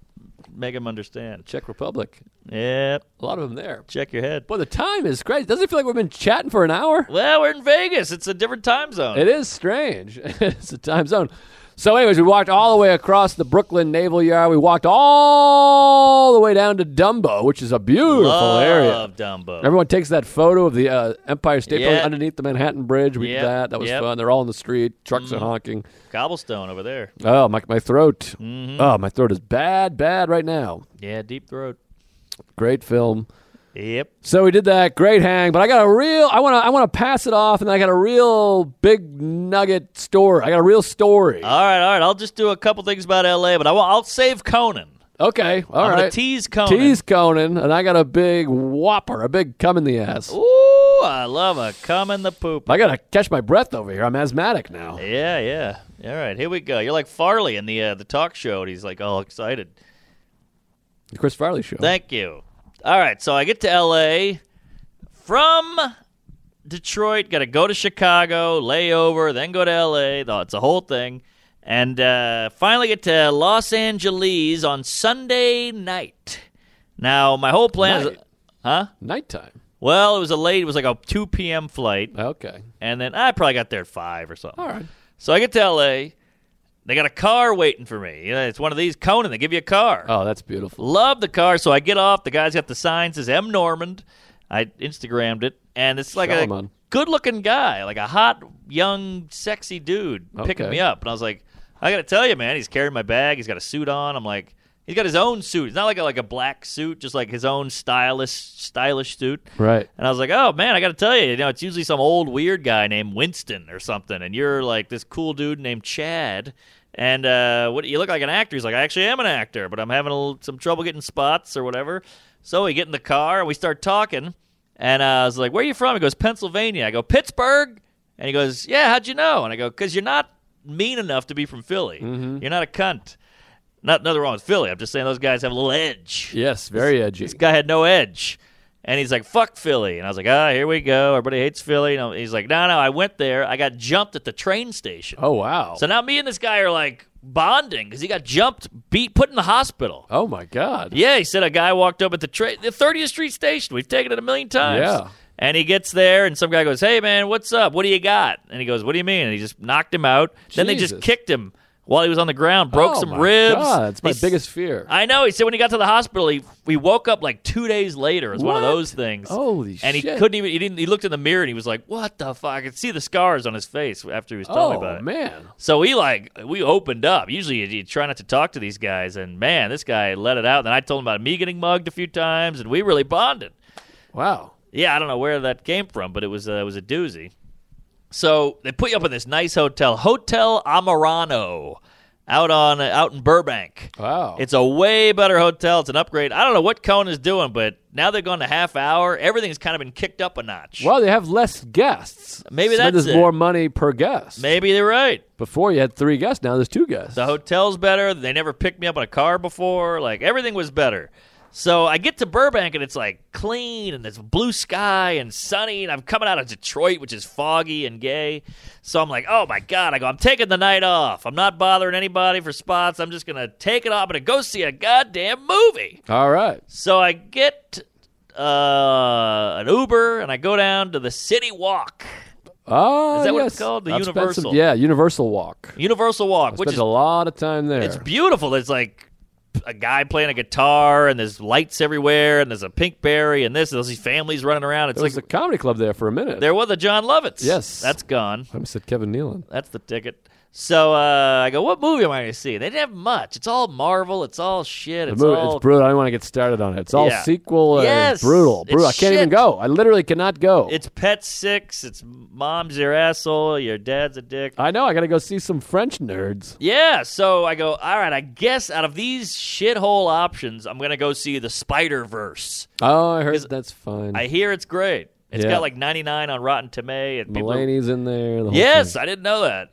[SPEAKER 4] make him understand.
[SPEAKER 1] Czech Republic.
[SPEAKER 4] Yep.
[SPEAKER 1] A lot of them there.
[SPEAKER 4] Check your head.
[SPEAKER 1] Boy, the time is crazy. Doesn't it feel like we've been chatting for an hour?
[SPEAKER 4] Well, we're in Vegas. It's a different time zone.
[SPEAKER 1] It is strange. it's a time zone. So, anyways, we walked all the way across the Brooklyn Naval Yard. We walked all the way down to Dumbo, which is a beautiful
[SPEAKER 4] Love
[SPEAKER 1] area.
[SPEAKER 4] Dumbo.
[SPEAKER 1] Everyone takes that photo of the uh, Empire State Building
[SPEAKER 4] Yeah.
[SPEAKER 1] underneath the Manhattan Bridge. We
[SPEAKER 4] Yep,
[SPEAKER 1] did that. That was
[SPEAKER 4] yep. Mm.
[SPEAKER 1] fun. They're all in the street. Trucks are honking.
[SPEAKER 4] Cobblestone over there.
[SPEAKER 1] Oh, my, my throat.
[SPEAKER 4] Mm-hmm.
[SPEAKER 1] Oh, my throat is bad, bad right now.
[SPEAKER 4] Yeah, deep throat.
[SPEAKER 1] Great film.
[SPEAKER 4] Yep.
[SPEAKER 1] So we did that. Great hang. But I got a real. I want to. I want to pass it off, and I got a real big nugget story. I got a real story.
[SPEAKER 4] All right, all right. I'll just do a couple things about L.A., but I will, I'll save Conan.
[SPEAKER 1] okay. all right.
[SPEAKER 4] I'm gonna tease Conan.
[SPEAKER 1] Tease Conan, and I got a big whopper, a big cum in the ass.
[SPEAKER 4] Ooh, I love a cum in the poop.
[SPEAKER 1] I gotta catch my breath over here. I'm asthmatic now.
[SPEAKER 4] Yeah, yeah. All right, here we go. You're like Farley in the uh, the talk show, and he's like all excited.
[SPEAKER 1] Oh. The Chris Farley show.
[SPEAKER 4] Thank you. All right, so I get to L.A. from Detroit. Got to go to Chicago, lay over, then go to L.A. Though It's a whole thing, and uh, finally get to Los Angeles on Sunday night. Now my whole plan is,
[SPEAKER 1] Night?
[SPEAKER 4] huh?
[SPEAKER 1] Nighttime.
[SPEAKER 4] Well, it was a late. It was like a two p.m. flight.
[SPEAKER 1] Okay.
[SPEAKER 4] And then I probably got there at five or something.
[SPEAKER 1] All right.
[SPEAKER 4] So I get to LA. They got a car waiting for me. You know, it's one of these Conan. They give you a car.
[SPEAKER 1] Oh, that's beautiful.
[SPEAKER 4] Love the car. So I get off. The guy's got the sign says M Normand. I Instagrammed it, and it's like
[SPEAKER 1] Shalaman.
[SPEAKER 4] a good-looking guy, like a hot, young, sexy dude
[SPEAKER 1] Okay.
[SPEAKER 4] picking me up. And I was like, I gotta tell you, man, he's carrying my bag. He's got a suit on. I'm like, he's got his own suit. It's not like a, like a black suit, just like his own stylish, stylish suit.
[SPEAKER 1] Right.
[SPEAKER 4] And I was like, oh man, I got to tell you, you know, it's usually some old weird guy named Winston or something, and you're like this cool dude named Chad, and uh, what you look like an actor. He's like, I actually am an actor, but I'm having a, little- some trouble getting spots or whatever. So we get in the car and we start talking, and uh, I was like, where are you from? He goes, Pennsylvania. I go, Pittsburgh, and he goes, yeah, how'd you know? And I go, because you're not mean enough to be from Philly. You're not a cunt. Not nothing wrong with Philly. I'm just saying those guys have a little edge.
[SPEAKER 1] Yes, very edgy.
[SPEAKER 4] This guy had no edge. And he's like, fuck Philly. And I was like, ah, here we go. Everybody hates Philly. And I- he's like, no, no, I went there. I got jumped at the train station.
[SPEAKER 1] Oh wow.
[SPEAKER 4] So now me and this guy are like bonding because he got jumped, beat, put in the hospital.
[SPEAKER 1] oh my God.
[SPEAKER 4] Yeah, he said a guy walked up at the train, the 30th Street station. We've taken it a million times.
[SPEAKER 1] Yeah.
[SPEAKER 4] And he gets there, and some guy goes, "Hey, man, what's up? What do you got?" And he goes, "What do you mean?" And he just knocked him out. Then they just
[SPEAKER 1] Jesus.
[SPEAKER 4] kicked him while he was on the ground, broke
[SPEAKER 1] Oh,
[SPEAKER 4] some
[SPEAKER 1] my
[SPEAKER 4] ribs.
[SPEAKER 1] God, it's my
[SPEAKER 4] He's-
[SPEAKER 1] biggest fear.
[SPEAKER 4] I know. He said when he got to the hospital, he, he woke up like two days later. It was one of
[SPEAKER 1] What?
[SPEAKER 4] those things.
[SPEAKER 1] Holy
[SPEAKER 4] and he
[SPEAKER 1] shit.
[SPEAKER 4] couldn't even. He didn't. He looked in the mirror and he was like, "What the fuck?" I could see the scars on his face after he was telling me about
[SPEAKER 1] oh
[SPEAKER 4] it.
[SPEAKER 1] man,
[SPEAKER 4] So we like we opened up. Usually you, you try not to talk to these guys, and man, this guy let it out. And I told him about me getting mugged a few times, and we really bonded.
[SPEAKER 1] wow.
[SPEAKER 4] Yeah, I don't know where that came from, but it was uh, it was a doozy. So they put you up in this nice hotel, Hotel Amarano, out on uh, out in Burbank.
[SPEAKER 1] Wow.
[SPEAKER 4] It's a way better hotel. It's an upgrade. I don't know what Cone is doing, but now they're going to half hour. Everything's kind of been kicked up a notch.
[SPEAKER 1] well, they have less guests.
[SPEAKER 4] Maybe
[SPEAKER 1] so
[SPEAKER 4] that's
[SPEAKER 1] there's
[SPEAKER 4] it.
[SPEAKER 1] more money per guest.
[SPEAKER 4] Maybe they're right.
[SPEAKER 1] Before you had three guests, now there's two guests.
[SPEAKER 4] The hotel's better. They never picked me up in a car before. Like everything was better. So I get to Burbank and it's like clean and there's blue sky and sunny and I'm coming out of Detroit which is foggy and gay. So I'm like, "Oh my god, I go I'm taking the night off. I'm not bothering anybody for spots. I'm just going to take it off. I'm going to go see a goddamn movie."
[SPEAKER 1] All right.
[SPEAKER 4] So I get uh, an Uber and I go down to the City Walk.
[SPEAKER 1] Oh,
[SPEAKER 4] Is that what
[SPEAKER 1] yes.
[SPEAKER 4] it's called? The
[SPEAKER 1] I've spent some-
[SPEAKER 4] Universal.
[SPEAKER 1] yeah, Universal Walk.
[SPEAKER 4] Universal Walk, which
[SPEAKER 1] Spent
[SPEAKER 4] is
[SPEAKER 1] a lot of time there.
[SPEAKER 4] It's beautiful. It's like a guy playing a guitar, and there's lights everywhere, and there's a pink berry, and this, and there's these families running around. It's
[SPEAKER 1] there was
[SPEAKER 4] like
[SPEAKER 1] a comedy club there for a minute.
[SPEAKER 4] there was a John Lovitz.
[SPEAKER 1] Yes.
[SPEAKER 4] that's gone.
[SPEAKER 1] I said Kevin Nealon.
[SPEAKER 4] That's the ticket. So uh, I go, what movie am I going to see? They didn't have much. It's all Marvel. It's all shit.
[SPEAKER 1] The
[SPEAKER 4] It's
[SPEAKER 1] movie,
[SPEAKER 4] all
[SPEAKER 1] it's brutal. I don't want to get started on it. It's all
[SPEAKER 4] Yeah.
[SPEAKER 1] sequel. and
[SPEAKER 4] Yes.
[SPEAKER 1] it's brutal.
[SPEAKER 4] It's
[SPEAKER 1] Brutal. I can't even
[SPEAKER 4] shit.
[SPEAKER 1] go. I literally cannot go.
[SPEAKER 4] it's Pet Six. It's Mom's your asshole. Your dad's a dick.
[SPEAKER 1] I know. I got to go see some French nerds.
[SPEAKER 4] Yeah, so I go, all right, I guess out of these shithole options, I'm going to go see the Spider Verse.
[SPEAKER 1] Oh, I heard
[SPEAKER 4] Is-
[SPEAKER 1] that's fine.
[SPEAKER 4] I hear it's great. It's
[SPEAKER 1] Yeah.
[SPEAKER 4] got like 99 on Rotten Tomatoes. And people,
[SPEAKER 1] Mulaney's in there. The whole
[SPEAKER 4] yes,
[SPEAKER 1] thing.
[SPEAKER 4] I didn't know that.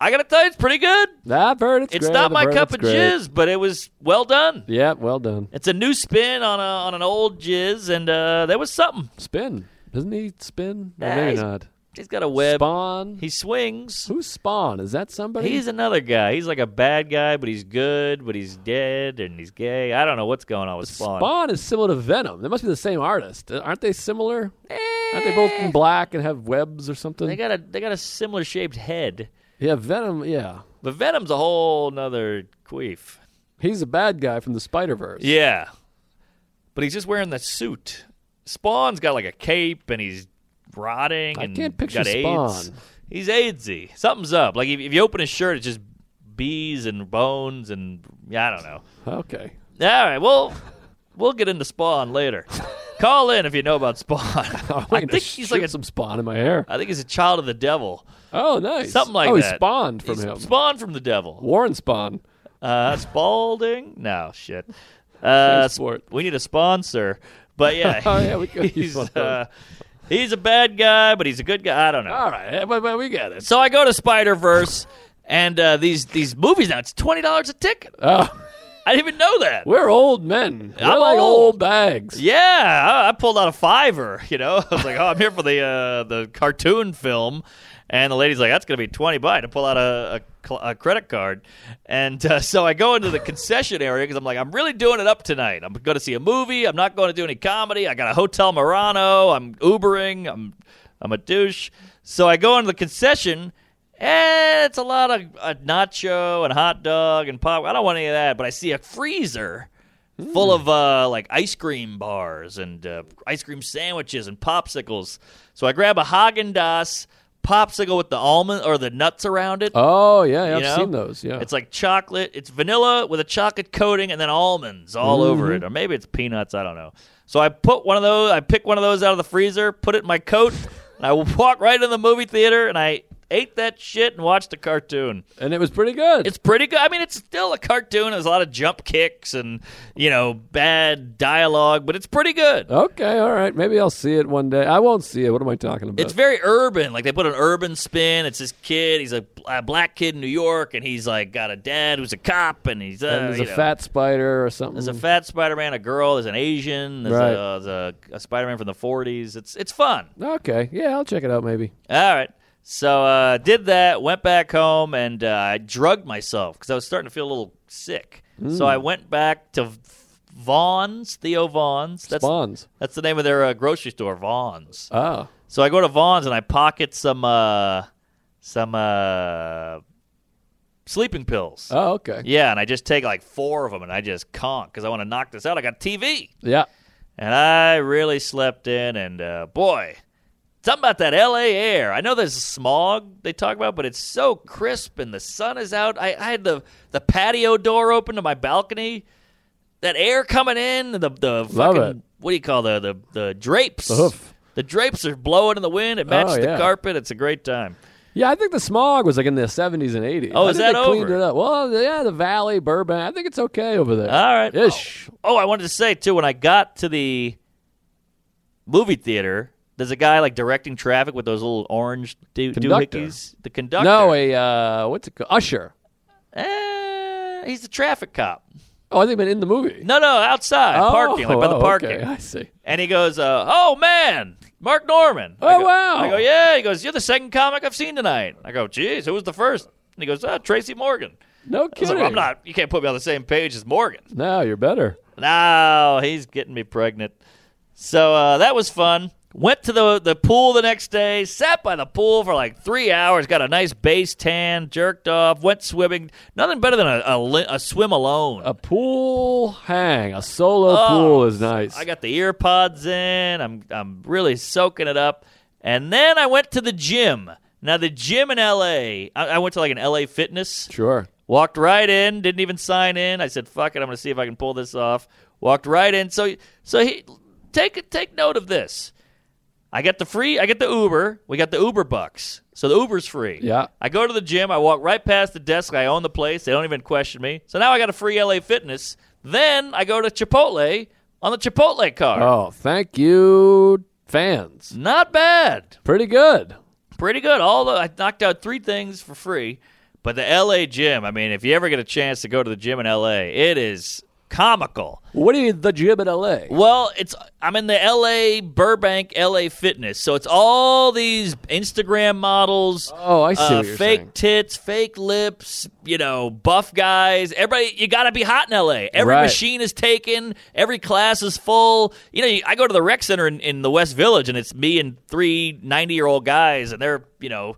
[SPEAKER 4] I gotta tell you, it's pretty good.
[SPEAKER 1] I've heard it's
[SPEAKER 4] It's
[SPEAKER 1] great.
[SPEAKER 4] not
[SPEAKER 1] I've
[SPEAKER 4] my
[SPEAKER 1] heard
[SPEAKER 4] cup
[SPEAKER 1] it's
[SPEAKER 4] of
[SPEAKER 1] great.
[SPEAKER 4] jizz, but it was well done.
[SPEAKER 1] Yeah, well done.
[SPEAKER 4] It's a new spin on a, on an old jizz, and uh, there was something.
[SPEAKER 1] Spin. Doesn't he spin? Or
[SPEAKER 4] Nah,
[SPEAKER 1] maybe
[SPEAKER 4] he's-
[SPEAKER 1] not.
[SPEAKER 4] He's got a web.
[SPEAKER 1] Spawn.
[SPEAKER 4] He swings.
[SPEAKER 1] Who's Spawn? Is that somebody?
[SPEAKER 4] He's another guy. He's like a bad guy, but he's good, but he's dead, and he's gay. I don't know what's going on with Spawn.
[SPEAKER 1] Spawn is similar to Venom. They must be the same artist. Uh, Aren't they similar? Aren't they both in black and have webs or something?
[SPEAKER 4] Eh. They got a they got a similar shaped head,
[SPEAKER 1] yeah, Venom. Yeah.
[SPEAKER 4] but Venom's a whole nother queef.
[SPEAKER 1] He's a bad guy from the Spider Verse.
[SPEAKER 4] Yeah. But he's just wearing the suit. Spawn's got like a cape and he's rotting
[SPEAKER 1] I
[SPEAKER 4] and
[SPEAKER 1] can't picture
[SPEAKER 4] got AIDS.
[SPEAKER 1] Spawn.
[SPEAKER 4] He's AIDSy. Something's up. Like if, if you open his shirt, it's just bees and bones and yeah, I don't know.
[SPEAKER 1] Okay.
[SPEAKER 4] All right, well, we'll get into Spawn later. Call in if you know about Spawn. I
[SPEAKER 1] I'm gonna
[SPEAKER 4] think he's like
[SPEAKER 1] shoot
[SPEAKER 4] a,
[SPEAKER 1] some Spawn in my hair.
[SPEAKER 4] I think he's a child of the devil.
[SPEAKER 1] Oh, nice.
[SPEAKER 4] Something like
[SPEAKER 1] oh,
[SPEAKER 4] that.
[SPEAKER 1] he spawned from
[SPEAKER 4] He's
[SPEAKER 1] him.
[SPEAKER 4] Spawn from the devil.
[SPEAKER 1] Warren Spawn.
[SPEAKER 4] Uh, Spalding? No, shit. Uh,
[SPEAKER 1] Thanks for it.
[SPEAKER 4] we need a sponsor. But yeah,
[SPEAKER 1] Oh, yeah, we could use
[SPEAKER 4] he's,
[SPEAKER 1] one of
[SPEAKER 4] uh, he's a bad guy, but he's a good guy. I don't know.
[SPEAKER 1] All right. eh, But, but we got it.
[SPEAKER 4] So I go to Spider Verse, and uh, these these movies now it's twenty dollars a ticket.
[SPEAKER 1] Oh,
[SPEAKER 4] I didn't even know that.
[SPEAKER 1] we're old men. We're
[SPEAKER 4] I'm
[SPEAKER 1] like
[SPEAKER 4] old.
[SPEAKER 1] old bags.
[SPEAKER 4] Yeah, I, I pulled out a fiver. You know, I was like, oh, I'm here for the uh, the cartoon film, and the lady's like, that's gonna be twenty bucks to pull out a. a cl- a credit card, and uh, so I go into the concession area because I'm like, I'm really doing it up tonight. I'm going to see a movie. I'm not going to do any comedy. I got a hotel Murano. I'm Ubering. I'm I'm a douche. So I go into the concession, and it's a lot of uh, nacho and hot dog and pop. I don't want any of that, but I see a freezer full
[SPEAKER 1] Hmm.
[SPEAKER 4] of uh, like ice cream bars and uh, ice cream sandwiches and popsicles. So I grab a Haagen Dazs popsicle with the almond or the nuts around it.
[SPEAKER 1] Oh, yeah. yeah, I've
[SPEAKER 4] You know?
[SPEAKER 1] seen those. Yeah.
[SPEAKER 4] It's like chocolate. It's vanilla with a chocolate coating and then almonds all over
[SPEAKER 1] Mm-hmm.
[SPEAKER 4] it. Or maybe it's peanuts. I don't know. So I put one of those, I pick one of those out of the freezer, put it in my coat, and I walk right into the movie theater and I ate that shit and watched a cartoon.
[SPEAKER 1] and it was pretty good.
[SPEAKER 4] It's pretty good. I mean, it's still a cartoon. There's a lot of jump kicks and, you know, bad dialogue, but it's pretty good.
[SPEAKER 1] okay. All right. Maybe I'll see it one day. I won't see it. What am I talking about?
[SPEAKER 4] It's very urban. Like they put an urban spin. It's this kid. He's a, a black kid in New York, and he's like got a dad who's a cop, and he's uh,
[SPEAKER 1] and there's
[SPEAKER 4] you
[SPEAKER 1] a
[SPEAKER 4] know.
[SPEAKER 1] fat spider or something.
[SPEAKER 4] There's a fat Spider-Man, a girl. There's an Asian. There's,
[SPEAKER 1] Right.
[SPEAKER 4] a, there's a, a Spider-Man from the '40s. It's it's fun.
[SPEAKER 1] okay. Yeah, I'll check it out maybe.
[SPEAKER 4] All right. So uh, did that. Went back home and uh, I drugged myself because I was starting to feel a little sick. So I went back to Vaughn's, Theo Vaughn's. That's
[SPEAKER 1] Spawns.
[SPEAKER 4] that's the name of their uh, grocery store, Vaughn's.
[SPEAKER 1] Oh.
[SPEAKER 4] So I go to Vaughn's and I pocket some uh, some uh, sleeping pills.
[SPEAKER 1] Oh, okay.
[SPEAKER 4] Yeah, and I just take like four of them and I just conk because I want to knock this out. I got TV.
[SPEAKER 1] Yeah.
[SPEAKER 4] And I really slept in, and uh, boy, something about that LA air. I know there's smog they talk about, but it's so crisp and the sun is out. I, I had the, the patio door open to my balcony. That air coming in, the the fucking
[SPEAKER 1] it.
[SPEAKER 4] what do you call the the, the drapes?
[SPEAKER 1] The hoof. Oh,
[SPEAKER 4] The drapes are blowing in the wind. It matches
[SPEAKER 1] yeah.
[SPEAKER 4] the carpet. It's a great time.
[SPEAKER 1] Yeah, I think the smog was like in the 70s and 80s.
[SPEAKER 4] Oh,
[SPEAKER 1] I
[SPEAKER 4] is
[SPEAKER 1] think
[SPEAKER 4] that
[SPEAKER 1] they cleaned
[SPEAKER 4] over?
[SPEAKER 1] it up. Well, yeah, the Valley, Burbank. I think it's okay over there.
[SPEAKER 4] All right.
[SPEAKER 1] Ish.
[SPEAKER 4] Ah. Oh, I wanted to say too when I got to the movie theater, there's a guy like directing traffic with those little orange do-
[SPEAKER 1] Conductor.
[SPEAKER 4] doohickeys. The conductor.
[SPEAKER 1] No, a uh, what's it called? Usher.
[SPEAKER 4] Eh, he's the traffic cop.
[SPEAKER 1] Oh, I think been in the movie.
[SPEAKER 4] No, no, outside parking, like by the
[SPEAKER 1] oh,
[SPEAKER 4] parking.
[SPEAKER 1] Okay, I see.
[SPEAKER 4] And he goes, uh, "Oh man, Mark Norman." I
[SPEAKER 1] Oh,
[SPEAKER 4] go-
[SPEAKER 1] wow.
[SPEAKER 4] I go, "Yeah." He goes, "You're the second comic I've seen tonight." I go, "Geez, who was the first? And he goes, "Ah, Tracy Morgan."
[SPEAKER 1] No
[SPEAKER 4] I was
[SPEAKER 1] kidding.
[SPEAKER 4] like, "I'm not. You can't put me on the same page as Morgan."
[SPEAKER 1] No, you're better.
[SPEAKER 4] No, he's getting me pregnant. So uh, that was fun. Went to the the pool the next day. Sat by the pool for like three hours. Got a nice base tan. Jerked off. Went swimming. Nothing better than a, a, li- a swim alone.
[SPEAKER 1] A pool hang, a solo
[SPEAKER 4] Oh,
[SPEAKER 1] pool is nice.
[SPEAKER 4] I got the ear pods in. I'm I'm really soaking it up. And then I went to the gym. Now the gym in L.A. I, I went to like an L.A. Fitness.
[SPEAKER 1] sure.
[SPEAKER 4] Walked right in, didn't even sign in. I said, "Fuck it, I'm going to see if I can pull this off." Walked right in. So, so he take take note of this. I get the free. I get the Uber. We got the Uber bucks. So the Uber's free.
[SPEAKER 1] Yeah.
[SPEAKER 4] I go to the gym. I walk right past the desk. I own the place. They don't even question me. So now I got a free LA Fitness. Then I go to Chipotle on the Chipotle card.
[SPEAKER 1] Oh, thank you, fans.
[SPEAKER 4] Not bad.
[SPEAKER 1] Pretty good.
[SPEAKER 4] Pretty good. All the, I knocked out three things for free. But the LA gym, I mean, if you ever get a chance to go to the gym in LA, it is comical.
[SPEAKER 1] What is the gym in L.A.?
[SPEAKER 4] Well, it's I'm in the LA Burbank LA Fitness. So it's all these Instagram models,
[SPEAKER 1] Oh, I see
[SPEAKER 4] uh,
[SPEAKER 1] what you're
[SPEAKER 4] fake
[SPEAKER 1] saying.
[SPEAKER 4] tits, fake lips, you know, buff guys. Everybody you got to be hot in LA. Every
[SPEAKER 1] Right.
[SPEAKER 4] machine is taken, every class is full. You know, you, I go to the rec center in, in the West Village and it's me and three 90-year-old guys and they're, you know,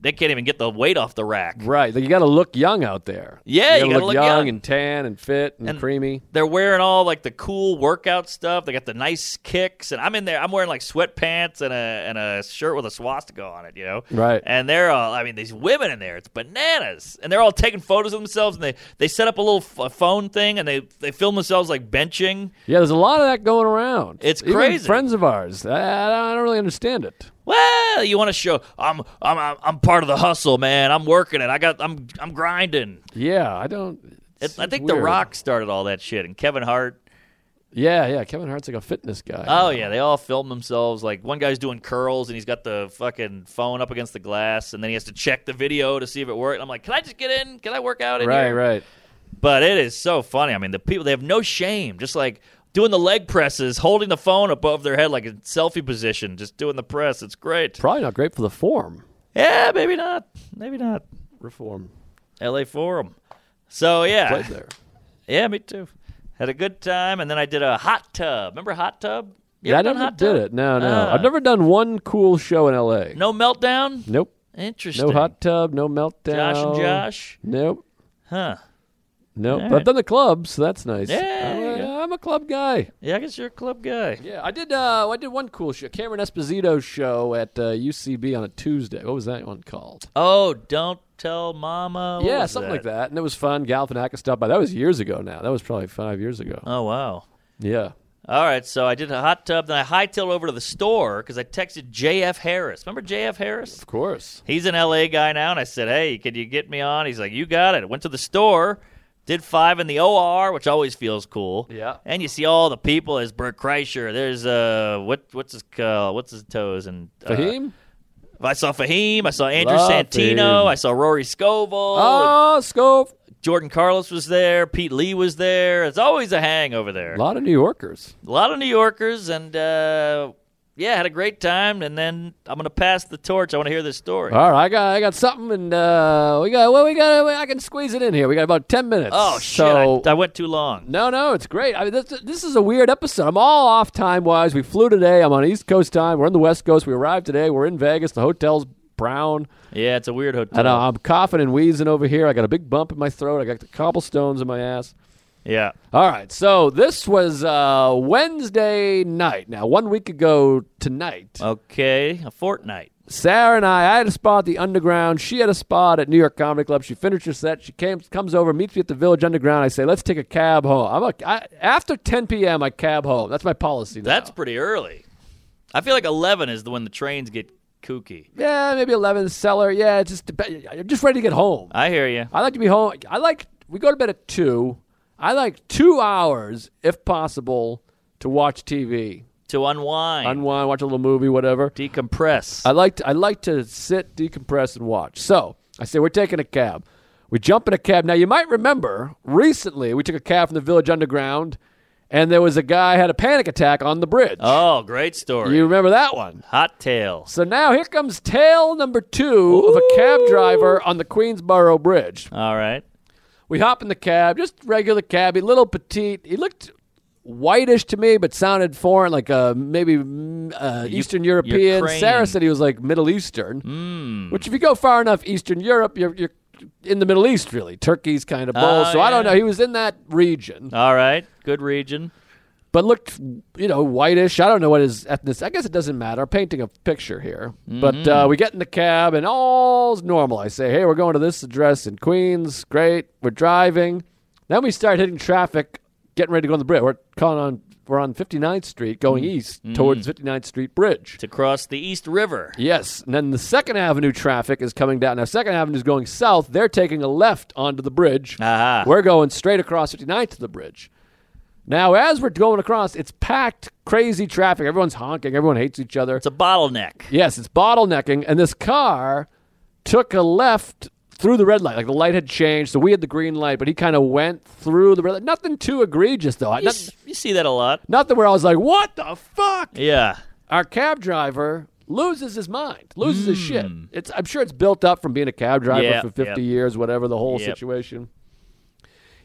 [SPEAKER 4] they can't even get the weight off the rack.
[SPEAKER 1] Right, like you got to look young out there.
[SPEAKER 4] Yeah,
[SPEAKER 1] you
[SPEAKER 4] you
[SPEAKER 1] got
[SPEAKER 4] gotta
[SPEAKER 1] to
[SPEAKER 4] look
[SPEAKER 1] young,
[SPEAKER 4] young.
[SPEAKER 1] and tan and fit and,
[SPEAKER 4] And-
[SPEAKER 1] creamy.
[SPEAKER 4] They're wearing all like the cool workout stuff. They got the nice kicks, and I'm in there. I'm wearing like sweatpants and a and a shirt with a swastika on it, you know.
[SPEAKER 1] Right.
[SPEAKER 4] And they're all. I mean, these women in there, it's bananas. And they're all taking photos of themselves, and they they set up a little f- a phone thing, and they they film themselves like benching.
[SPEAKER 1] Yeah, there's a lot of that going around.
[SPEAKER 4] It's
[SPEAKER 1] Even
[SPEAKER 4] crazy.
[SPEAKER 1] Friends of ours, I, I don't really understand it.
[SPEAKER 4] Well, you want to show I'm I'm I'm- I'm part of the hustle, man. I'm working it. I got I'm I'm grinding.
[SPEAKER 1] Yeah, I don't.
[SPEAKER 4] It,
[SPEAKER 1] it's-
[SPEAKER 4] I
[SPEAKER 1] it's
[SPEAKER 4] think The
[SPEAKER 1] weird.
[SPEAKER 4] Rock started all that shit, and Kevin Hart.
[SPEAKER 1] Yeah, yeah. Kevin Hart's like a fitness guy.
[SPEAKER 4] Oh yeah, they all film themselves. Like one guy's doing curls and he's got the fucking phone up against the glass, and then he has to check the video to see if it worked. I'm like, can I just get in? Can I work out in
[SPEAKER 1] right,
[SPEAKER 4] here?
[SPEAKER 1] right.
[SPEAKER 4] But it is so funny. I mean, the people they have no shame, just like doing the leg presses, holding the phone above their head like in selfie position, just doing the press. It's great.
[SPEAKER 1] Probably not great for the form.
[SPEAKER 4] Yeah, maybe not. Maybe not.
[SPEAKER 1] Reform
[SPEAKER 4] L.A. Forum. So yeah,
[SPEAKER 1] played there.
[SPEAKER 4] yeah, me too. Had a good time, and then I did a hot tub. Remember hot tub? You
[SPEAKER 1] yeah, I
[SPEAKER 4] ever done
[SPEAKER 1] never
[SPEAKER 4] hot
[SPEAKER 1] did
[SPEAKER 4] tub?
[SPEAKER 1] it. No, no.
[SPEAKER 4] Ah.
[SPEAKER 1] I've never done one cool show in L.A.
[SPEAKER 4] No meltdown.
[SPEAKER 1] Nope.
[SPEAKER 4] Interesting.
[SPEAKER 1] No hot tub. No meltdown.
[SPEAKER 4] Josh and Josh.
[SPEAKER 1] Nope.
[SPEAKER 4] Huh.
[SPEAKER 1] Nope.
[SPEAKER 4] All
[SPEAKER 1] But I've
[SPEAKER 4] right.
[SPEAKER 1] done the clubs, so that's nice.
[SPEAKER 4] Yeah,
[SPEAKER 1] I'm
[SPEAKER 4] there you
[SPEAKER 1] a- I'm a club guy.
[SPEAKER 4] Yeah, I guess you're a club guy.
[SPEAKER 1] Yeah, I did. Uh, I did one cool show, Cameron Esposito's show at uh, UCB on a Tuesday. What was that one called?
[SPEAKER 4] Oh, don't tell mama. What
[SPEAKER 1] yeah,
[SPEAKER 4] was
[SPEAKER 1] something like that, and it was fun. Galifianakis stopped by. That was years ago now. That was probably five years ago.
[SPEAKER 4] Oh, wow.
[SPEAKER 1] yeah.
[SPEAKER 4] All right, so I did a hot tub, then I hightailed over to the store because I texted J.F. Harris. Remember J.F. Harris?
[SPEAKER 1] Of course.
[SPEAKER 4] He's an L.A. guy now, and I said, hey, can you get me on? He's like, you got it. Went to the store, did five in the OR, which always feels cool.
[SPEAKER 1] Yeah.
[SPEAKER 4] And you see all the people. There's Bert Kreischer. There's, uh, what, what's his, uh, what's his toes? And, uh,
[SPEAKER 1] Fahim?
[SPEAKER 4] I saw Fahim. I saw Andrew
[SPEAKER 1] Love
[SPEAKER 4] Santino.
[SPEAKER 1] Fahim.
[SPEAKER 4] I saw Rory Scovel.
[SPEAKER 1] oh, Scove.
[SPEAKER 4] Jordan Carlos was there. Pete Lee was there. It's always a hang over there.
[SPEAKER 1] A lot of New Yorkers.
[SPEAKER 4] A lot of New Yorkers, and uh, yeah, had a great time. And then I'm gonna pass the torch. I want to hear this story.
[SPEAKER 1] All right, I got I got something, and uh, we got well, we got I can squeeze it in here. We got about ten minutes.
[SPEAKER 4] oh shit!
[SPEAKER 1] So,
[SPEAKER 4] I, I went too long.
[SPEAKER 1] no, no, it's great. I mean, this, this is a weird episode. I'm all off time wise. We flew today. I'm on East Coast time. We're on the West Coast. We arrived today. We're in Vegas. The hotel's brown.
[SPEAKER 4] Yeah, it's a weird hotel.
[SPEAKER 1] I know I'm coughing and wheezing over here. I got a big bump in my throat. I got the cobblestones in my ass.
[SPEAKER 4] Yeah.
[SPEAKER 1] All right, so this was uh, Wednesday night. Now, one week ago tonight,
[SPEAKER 4] Okay, a fortnight.
[SPEAKER 1] Sarah and I, I had a spot at the Underground. She had a spot at New York Comedy Club. She finished her set. She came, comes over, meets me at the Village Underground. I say, let's take a cab home. I'm a, I, after 10 p.m., I cab home. That's my policy now.
[SPEAKER 4] That's pretty early. I feel like 11 is the when the trains get kooky.
[SPEAKER 1] yeah, maybe 11 cellar. Yeah, it's just dep- I'm just ready to get home.
[SPEAKER 4] I hear you.
[SPEAKER 1] I like to be home. I like we go to bed at two. I like two hours, if possible, to watch TV,
[SPEAKER 4] To unwind,
[SPEAKER 1] unwind, watch a little movie, whatever.
[SPEAKER 4] decompress.
[SPEAKER 1] I like to, I like to sit, decompress, and watch. So I say we're taking a cab. We jump in a cab. Now you might remember recently we took a cab from the Village Underground, and there was a guy had a panic attack on the bridge.
[SPEAKER 4] oh, great story.
[SPEAKER 1] you remember that one?
[SPEAKER 4] Hot tales.
[SPEAKER 1] So now here comes tale number two of a cab driver on the Queensboro Bridge.
[SPEAKER 4] All right.
[SPEAKER 1] We hop in the cab, just regular cabbie, little petite. He looked whitish to me, but sounded foreign, like uh, maybe mm, uh, Eastern European.
[SPEAKER 4] Ukraine. Hmm.
[SPEAKER 1] Sarah said he was like Middle Eastern, which if you go far enough Eastern Europe, you're, you're in the Middle East, really. Turkey's kind of bowl.
[SPEAKER 4] Oh,
[SPEAKER 1] so I don't
[SPEAKER 4] yeah.
[SPEAKER 1] know. He was in that region,
[SPEAKER 4] All right. Good region.
[SPEAKER 1] but looked, you know, whitish. I don't know what his ethnicity. I guess it doesn't matter. I'm painting a picture here. But uh, we get in the cab, and all's normal. I say, hey, we're going to this address in Queens. Great, we're driving. Then we start hitting traffic, getting ready to go on the bridge. We're calling on. We're on 59th Street, going east towards 59th Street Bridge.
[SPEAKER 4] To cross the East River.
[SPEAKER 1] Yes, and then the Second Avenue traffic is coming down. Now, Second Avenue is going south. They're taking a left onto the bridge.
[SPEAKER 4] Aha.
[SPEAKER 1] We're going straight across 59th to the bridge. Now, as we're going across, it's packed, crazy traffic. Everyone's honking. Everyone hates each other.
[SPEAKER 4] It's a bottleneck.
[SPEAKER 1] yes, it's bottlenecking. And this car took a left through the red light. Like the light had changed, so we had the green light, but he kind of went through the red light. Nothing too egregious, though.
[SPEAKER 4] You,
[SPEAKER 1] Not,
[SPEAKER 4] s- you see that a lot.
[SPEAKER 1] nothing where I was like, what the fuck?
[SPEAKER 4] Yeah.
[SPEAKER 1] our cab driver loses his mind, loses his shit.
[SPEAKER 4] Hmm.
[SPEAKER 1] It's I'm sure it's built up from being a cab driver
[SPEAKER 4] Yep,
[SPEAKER 1] for 50
[SPEAKER 4] yep.
[SPEAKER 1] years, whatever the whole
[SPEAKER 4] Yep.
[SPEAKER 1] situation.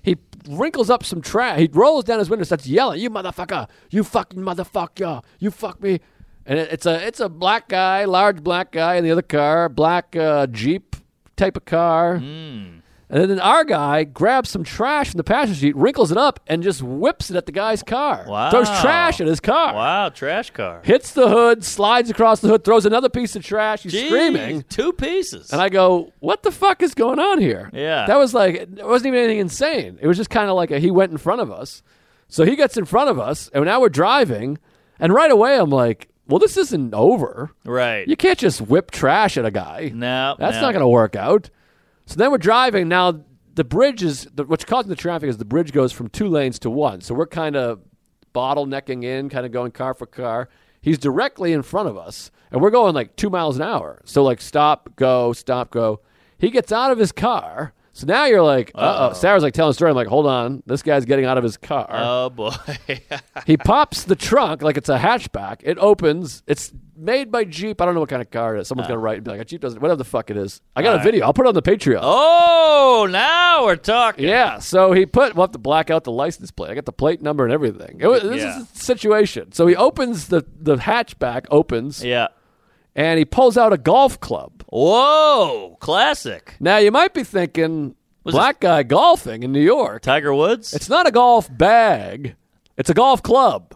[SPEAKER 1] He wrinkles up some trash. He rolls down his window, starts yelling, "You motherfucker! You fucking motherfucker! You fuck me!" And it- it's a it's a black guy, large black guy in the other car, black uh, Jeep type of car.
[SPEAKER 4] Hmm.
[SPEAKER 1] And then our guy grabs some trash from the passenger seat, wrinkles it up, and just whips it at the guy's car.
[SPEAKER 4] Wow.
[SPEAKER 1] Throws trash at his car
[SPEAKER 4] Wow, trash car.
[SPEAKER 1] hits the hood, slides across the hood, throws another piece of trash. He's
[SPEAKER 4] Jeez,
[SPEAKER 1] screaming.
[SPEAKER 4] Two pieces.
[SPEAKER 1] And I go, what the fuck is going on here?
[SPEAKER 4] Yeah.
[SPEAKER 1] That was like, it wasn't even anything insane. It was just kind of like a, he went in front of us. So he gets in front of us, and now we're driving. And right away, I'm like, well, this isn't over.
[SPEAKER 4] right.
[SPEAKER 1] You can't just whip trash at a guy.
[SPEAKER 4] no.
[SPEAKER 1] That's
[SPEAKER 4] no.
[SPEAKER 1] not going to work out. So then we're driving. Now, the bridge is the, what's causing the traffic is the bridge goes from two lanes to one. So we're kind of bottlenecking in, kind of going car for car. He's directly in front of us, and we're going like two miles an hour. So, like, stop, go, stop, go. He gets out of his car. So now you're like, uh oh. Sarah's like telling a story. I'm like, hold on. This guy's getting out of his car.
[SPEAKER 4] Oh boy.
[SPEAKER 1] He pops the trunk like it's a hatchback. It opens. It's made by Jeep. I don't know what kind of car it is. Someone's gonna write and be like, a Jeep doesn't. Whatever the fuck it is. I got a video. I'll put it on the Patreon.
[SPEAKER 4] oh, now we're talking.
[SPEAKER 1] Yeah. So he put. We'll have to black out the license plate. I got the plate number and everything. It was, this
[SPEAKER 4] Yeah.
[SPEAKER 1] is the situation. So he opens the the hatchback. Opens
[SPEAKER 4] Yeah.
[SPEAKER 1] and he pulls out a golf club.
[SPEAKER 4] Whoa, classic.
[SPEAKER 1] Now you might be thinking,
[SPEAKER 4] Was
[SPEAKER 1] black guy golfing in New York.
[SPEAKER 4] Tiger Woods.
[SPEAKER 1] It's not a golf bag. It's a golf club.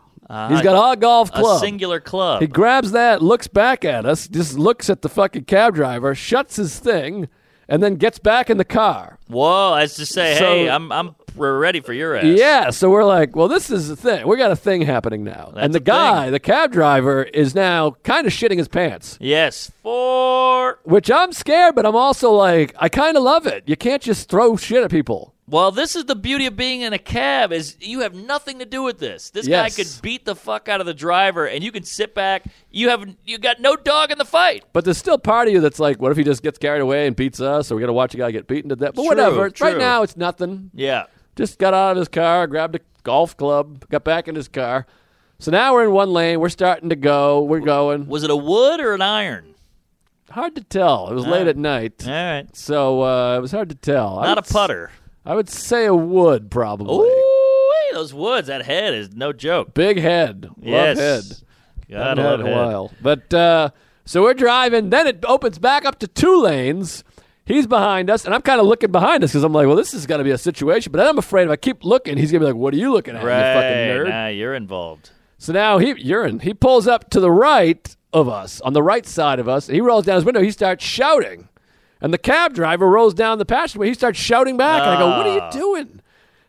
[SPEAKER 1] He's got a golf
[SPEAKER 4] Uh, a
[SPEAKER 1] club.
[SPEAKER 4] singular club.
[SPEAKER 1] He grabs that, looks back at us, just looks at the fucking cab driver, shuts his thing, and then gets back in the car.
[SPEAKER 4] Whoa, I just say,
[SPEAKER 1] So-
[SPEAKER 4] hey, I'm I'm we're ready for your ass.
[SPEAKER 1] Yeah, so we're like, well, this is the thing. We got a thing happening now. and the
[SPEAKER 4] a thing.
[SPEAKER 1] guy, the cab driver, is now kind of shitting his pants,
[SPEAKER 4] Yes. For
[SPEAKER 1] which I'm scared, but I'm also like, I kind of love it. You can't just throw shit at people.
[SPEAKER 4] well, this is the beauty of being in a cab is you have nothing to do with this. This
[SPEAKER 1] Yes.
[SPEAKER 4] guy could beat the fuck out of the driver, and you can sit back. You have you got no dog in the fight.
[SPEAKER 1] But there's still part of you that's like, what if he just gets carried away and beats us, or we got to watch a guy get beaten to death? But
[SPEAKER 4] True,
[SPEAKER 1] whatever. Right
[SPEAKER 4] true.
[SPEAKER 1] now, it's nothing.
[SPEAKER 4] Yeah.
[SPEAKER 1] just got out of his car, grabbed a golf club, got back in his car. So now we're in one lane. We're starting to go. We're going.
[SPEAKER 4] Was it a wood or an iron?
[SPEAKER 1] Hard to tell. It was late at night,
[SPEAKER 4] All right.
[SPEAKER 1] so uh, it was hard to tell. I
[SPEAKER 4] Not a
[SPEAKER 1] would s-
[SPEAKER 4] putter.
[SPEAKER 1] I would say a wood probably.
[SPEAKER 4] Ooh, hey, those woods. That head is no joke.
[SPEAKER 1] Big head. Love
[SPEAKER 4] yes.
[SPEAKER 1] head.
[SPEAKER 4] Gotta
[SPEAKER 1] Haven't
[SPEAKER 4] love
[SPEAKER 1] had it in
[SPEAKER 4] head.
[SPEAKER 1] a while. But uh, So we're driving. Then it opens back up to two lanes. He's behind us, and I'm kind of looking behind us because I'm like, well, this is going to be a situation. But then I'm afraid if I keep looking, he's going to be like, what are you looking at, you
[SPEAKER 4] Right.
[SPEAKER 1] fucking nerd?
[SPEAKER 4] Nah, you're involved.
[SPEAKER 1] So now he urine. He pulls up to the right of us, on the right side of us. He rolls down his window. He starts shouting, and the cab driver rolls down the passageway. He starts shouting back, and I go, "What are you doing?"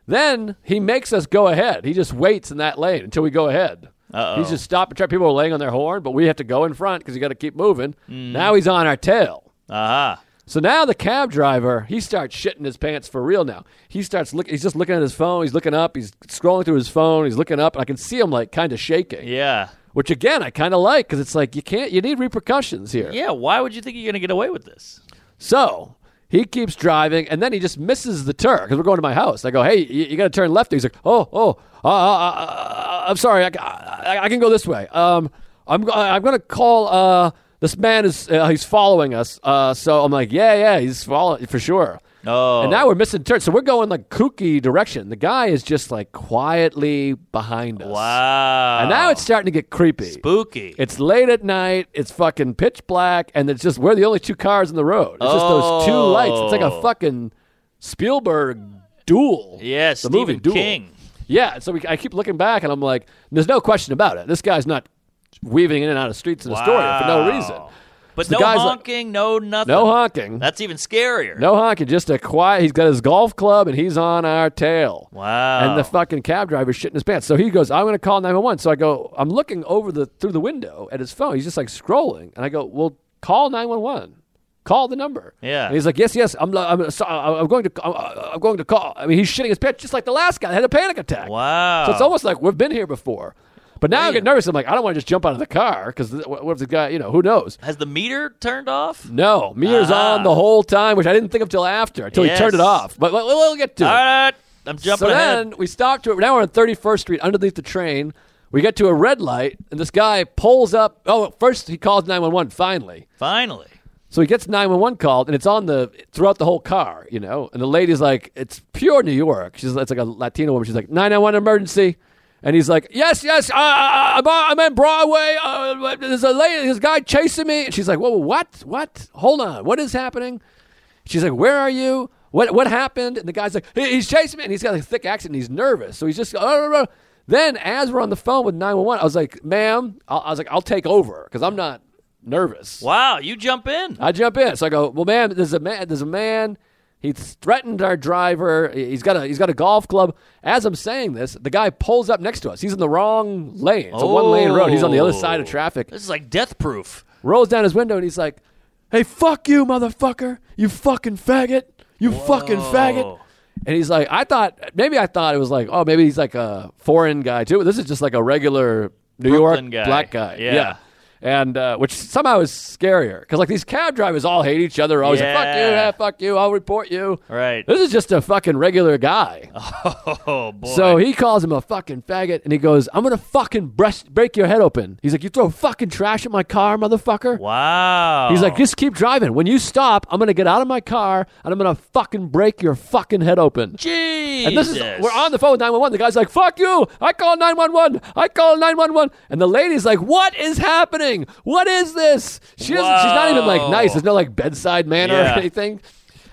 [SPEAKER 1] Then he makes us go ahead. He just waits in that lane until we go ahead.
[SPEAKER 4] Uh-oh.
[SPEAKER 1] He's just stopping. Try people are laying on their horn, but we have to go in front because you got to keep moving. Now he's on our tail.
[SPEAKER 4] Aha.
[SPEAKER 1] So now the cab driver, he starts shitting his pants for real now. He starts looking he's just looking at his phone, he's looking up, he's scrolling through his phone, he's looking up, and I can see him like kind of shaking.
[SPEAKER 4] Yeah.
[SPEAKER 1] Which again, I kind of like cuz it's like you can't you need repercussions here.
[SPEAKER 4] Yeah. Why would you think you're gonna get away with this?
[SPEAKER 1] So, he keeps driving and then he just misses the turn cuz we're going to my house. I go, "Hey, you, you got to turn left." He's like, "Oh, oh. Uh, uh, uh, I'm sorry. I, ca- I, I can go this way. Um I'm go- I'm going to call uh this man is uh, he's following us. Uh so I'm like, "Yeah, yeah, he's following for sure."
[SPEAKER 4] Oh.
[SPEAKER 1] And now we're missing turns. So we're going like kooky direction. The guy is just like quietly behind us.
[SPEAKER 4] wow.
[SPEAKER 1] And now it's starting to get creepy.
[SPEAKER 4] spooky.
[SPEAKER 1] It's late at night. It's fucking pitch black. And it's just, we're the only two cars in the road. It's just those two
[SPEAKER 4] Oh.
[SPEAKER 1] lights. It's like a fucking Spielberg duel.
[SPEAKER 4] yeah.
[SPEAKER 1] The
[SPEAKER 4] Stephen
[SPEAKER 1] movie duel.
[SPEAKER 4] King.
[SPEAKER 1] Yeah. So we, I keep looking back and I'm like, there's no question about it. This guy's not weaving in and out of streets in a story for no
[SPEAKER 4] Wow.
[SPEAKER 1] reason.
[SPEAKER 4] But
[SPEAKER 1] the
[SPEAKER 4] no
[SPEAKER 1] guy's like-
[SPEAKER 4] honking. no nothing.
[SPEAKER 1] No honking.
[SPEAKER 4] That's even scarier.
[SPEAKER 1] No honking. Just a quiet. He's got his golf club and he's on our tail.
[SPEAKER 4] Wow.
[SPEAKER 1] and the fucking cab driver's shitting his pants. So he goes, "I'm going to call 911." So I go, "I'm looking over the through the window at his phone. He's just like scrolling." And I go, "Well, call 911. Call the number."
[SPEAKER 4] Yeah.
[SPEAKER 1] And he's like, "Yes, yes. I'm lo- I'm so, I'm going to I'm, I'm going to call." I mean, he's shitting his pants just like the last guy that had a panic attack.
[SPEAKER 4] wow.
[SPEAKER 1] So it's almost like we've been here before. But now I get nervous. I'm like, I don't want to just jump out of the car because what if the guy, you know, who knows?
[SPEAKER 4] Has the meter turned off?
[SPEAKER 1] No, meters
[SPEAKER 4] Ah.
[SPEAKER 1] on the whole time, which I didn't think of till after, until he
[SPEAKER 4] Yes.
[SPEAKER 1] turned it off. But we'll, we'll get to it
[SPEAKER 4] All right. I'm jumping
[SPEAKER 1] so
[SPEAKER 4] ahead.
[SPEAKER 1] then we stop to now we're on 31st Street underneath the train. We get to a red light, and this guy pulls up. Oh, first he calls 911. Finally,
[SPEAKER 4] Finally.
[SPEAKER 1] so he gets 911 called, and it's on the throughout the whole car, you know. And the lady's like, "It's pure New York." She's it's like a Latina woman. She's like, "911 emergency," and he's like, "Yes, yes, uh, I'm, I'm in Broadway. Uh, there's a lady, this guy chasing me." And she's like, "Whoa, what? What? Hold on, what is happening?" She's like, "Where are you? What what happened?" And the guy's like, "He- "He's chasing me," and he's got a thick accent. and He's nervous, so he's just. "Oh, oh, oh." Then, as we're on the phone with 911, I was like, "Ma'am," I I was like, "I'll take over because I'm not nervous."
[SPEAKER 4] Wow. You jump in.
[SPEAKER 1] I jump in. So I go, well, ma'am, there's a man. There's a man. He's threatened our driver. He's got a he's got a golf club. As I'm saying this, the guy pulls up next to us. He's in the wrong lane. It's a one lane road. He's on the other side of
[SPEAKER 4] Oh.
[SPEAKER 1] traffic.
[SPEAKER 4] This is like death proof.
[SPEAKER 1] Rolls down his window and he's like, "Hey, fuck you, motherfucker! You fucking faggot! You fucking faggot!" And he's like, "I thought maybe I thought it was like, oh, maybe he's like a foreign guy too. But this is just like a regular New
[SPEAKER 4] Brooklyn
[SPEAKER 1] York
[SPEAKER 4] guy.
[SPEAKER 1] black guy,
[SPEAKER 4] Yeah.
[SPEAKER 1] And uh, which somehow is scarier because like these cab drivers all hate each other. Always like, fuck you,
[SPEAKER 4] Yeah.
[SPEAKER 1] yeah, fuck you, I'll report you.
[SPEAKER 4] Right.
[SPEAKER 1] This is just a fucking regular guy.
[SPEAKER 4] Oh boy.
[SPEAKER 1] So he calls him a fucking faggot, and he goes, "I'm gonna fucking breast- break your head open." He's like, "You throw fucking trash at my car, motherfucker."
[SPEAKER 4] wow.
[SPEAKER 1] He's like, just keep driving. When you stop, I'm gonna get out of my car and I'm gonna fucking break your fucking head open.
[SPEAKER 4] Jesus.
[SPEAKER 1] And this is we're on the phone with 911. The guy's like, "Fuck you! I call 911. I call 911." And the lady's like, "What is happening? What is this?" She doesn't, she's not even like
[SPEAKER 4] Wow.
[SPEAKER 1] nice. There's no like bedside manner
[SPEAKER 4] Yeah.
[SPEAKER 1] or anything.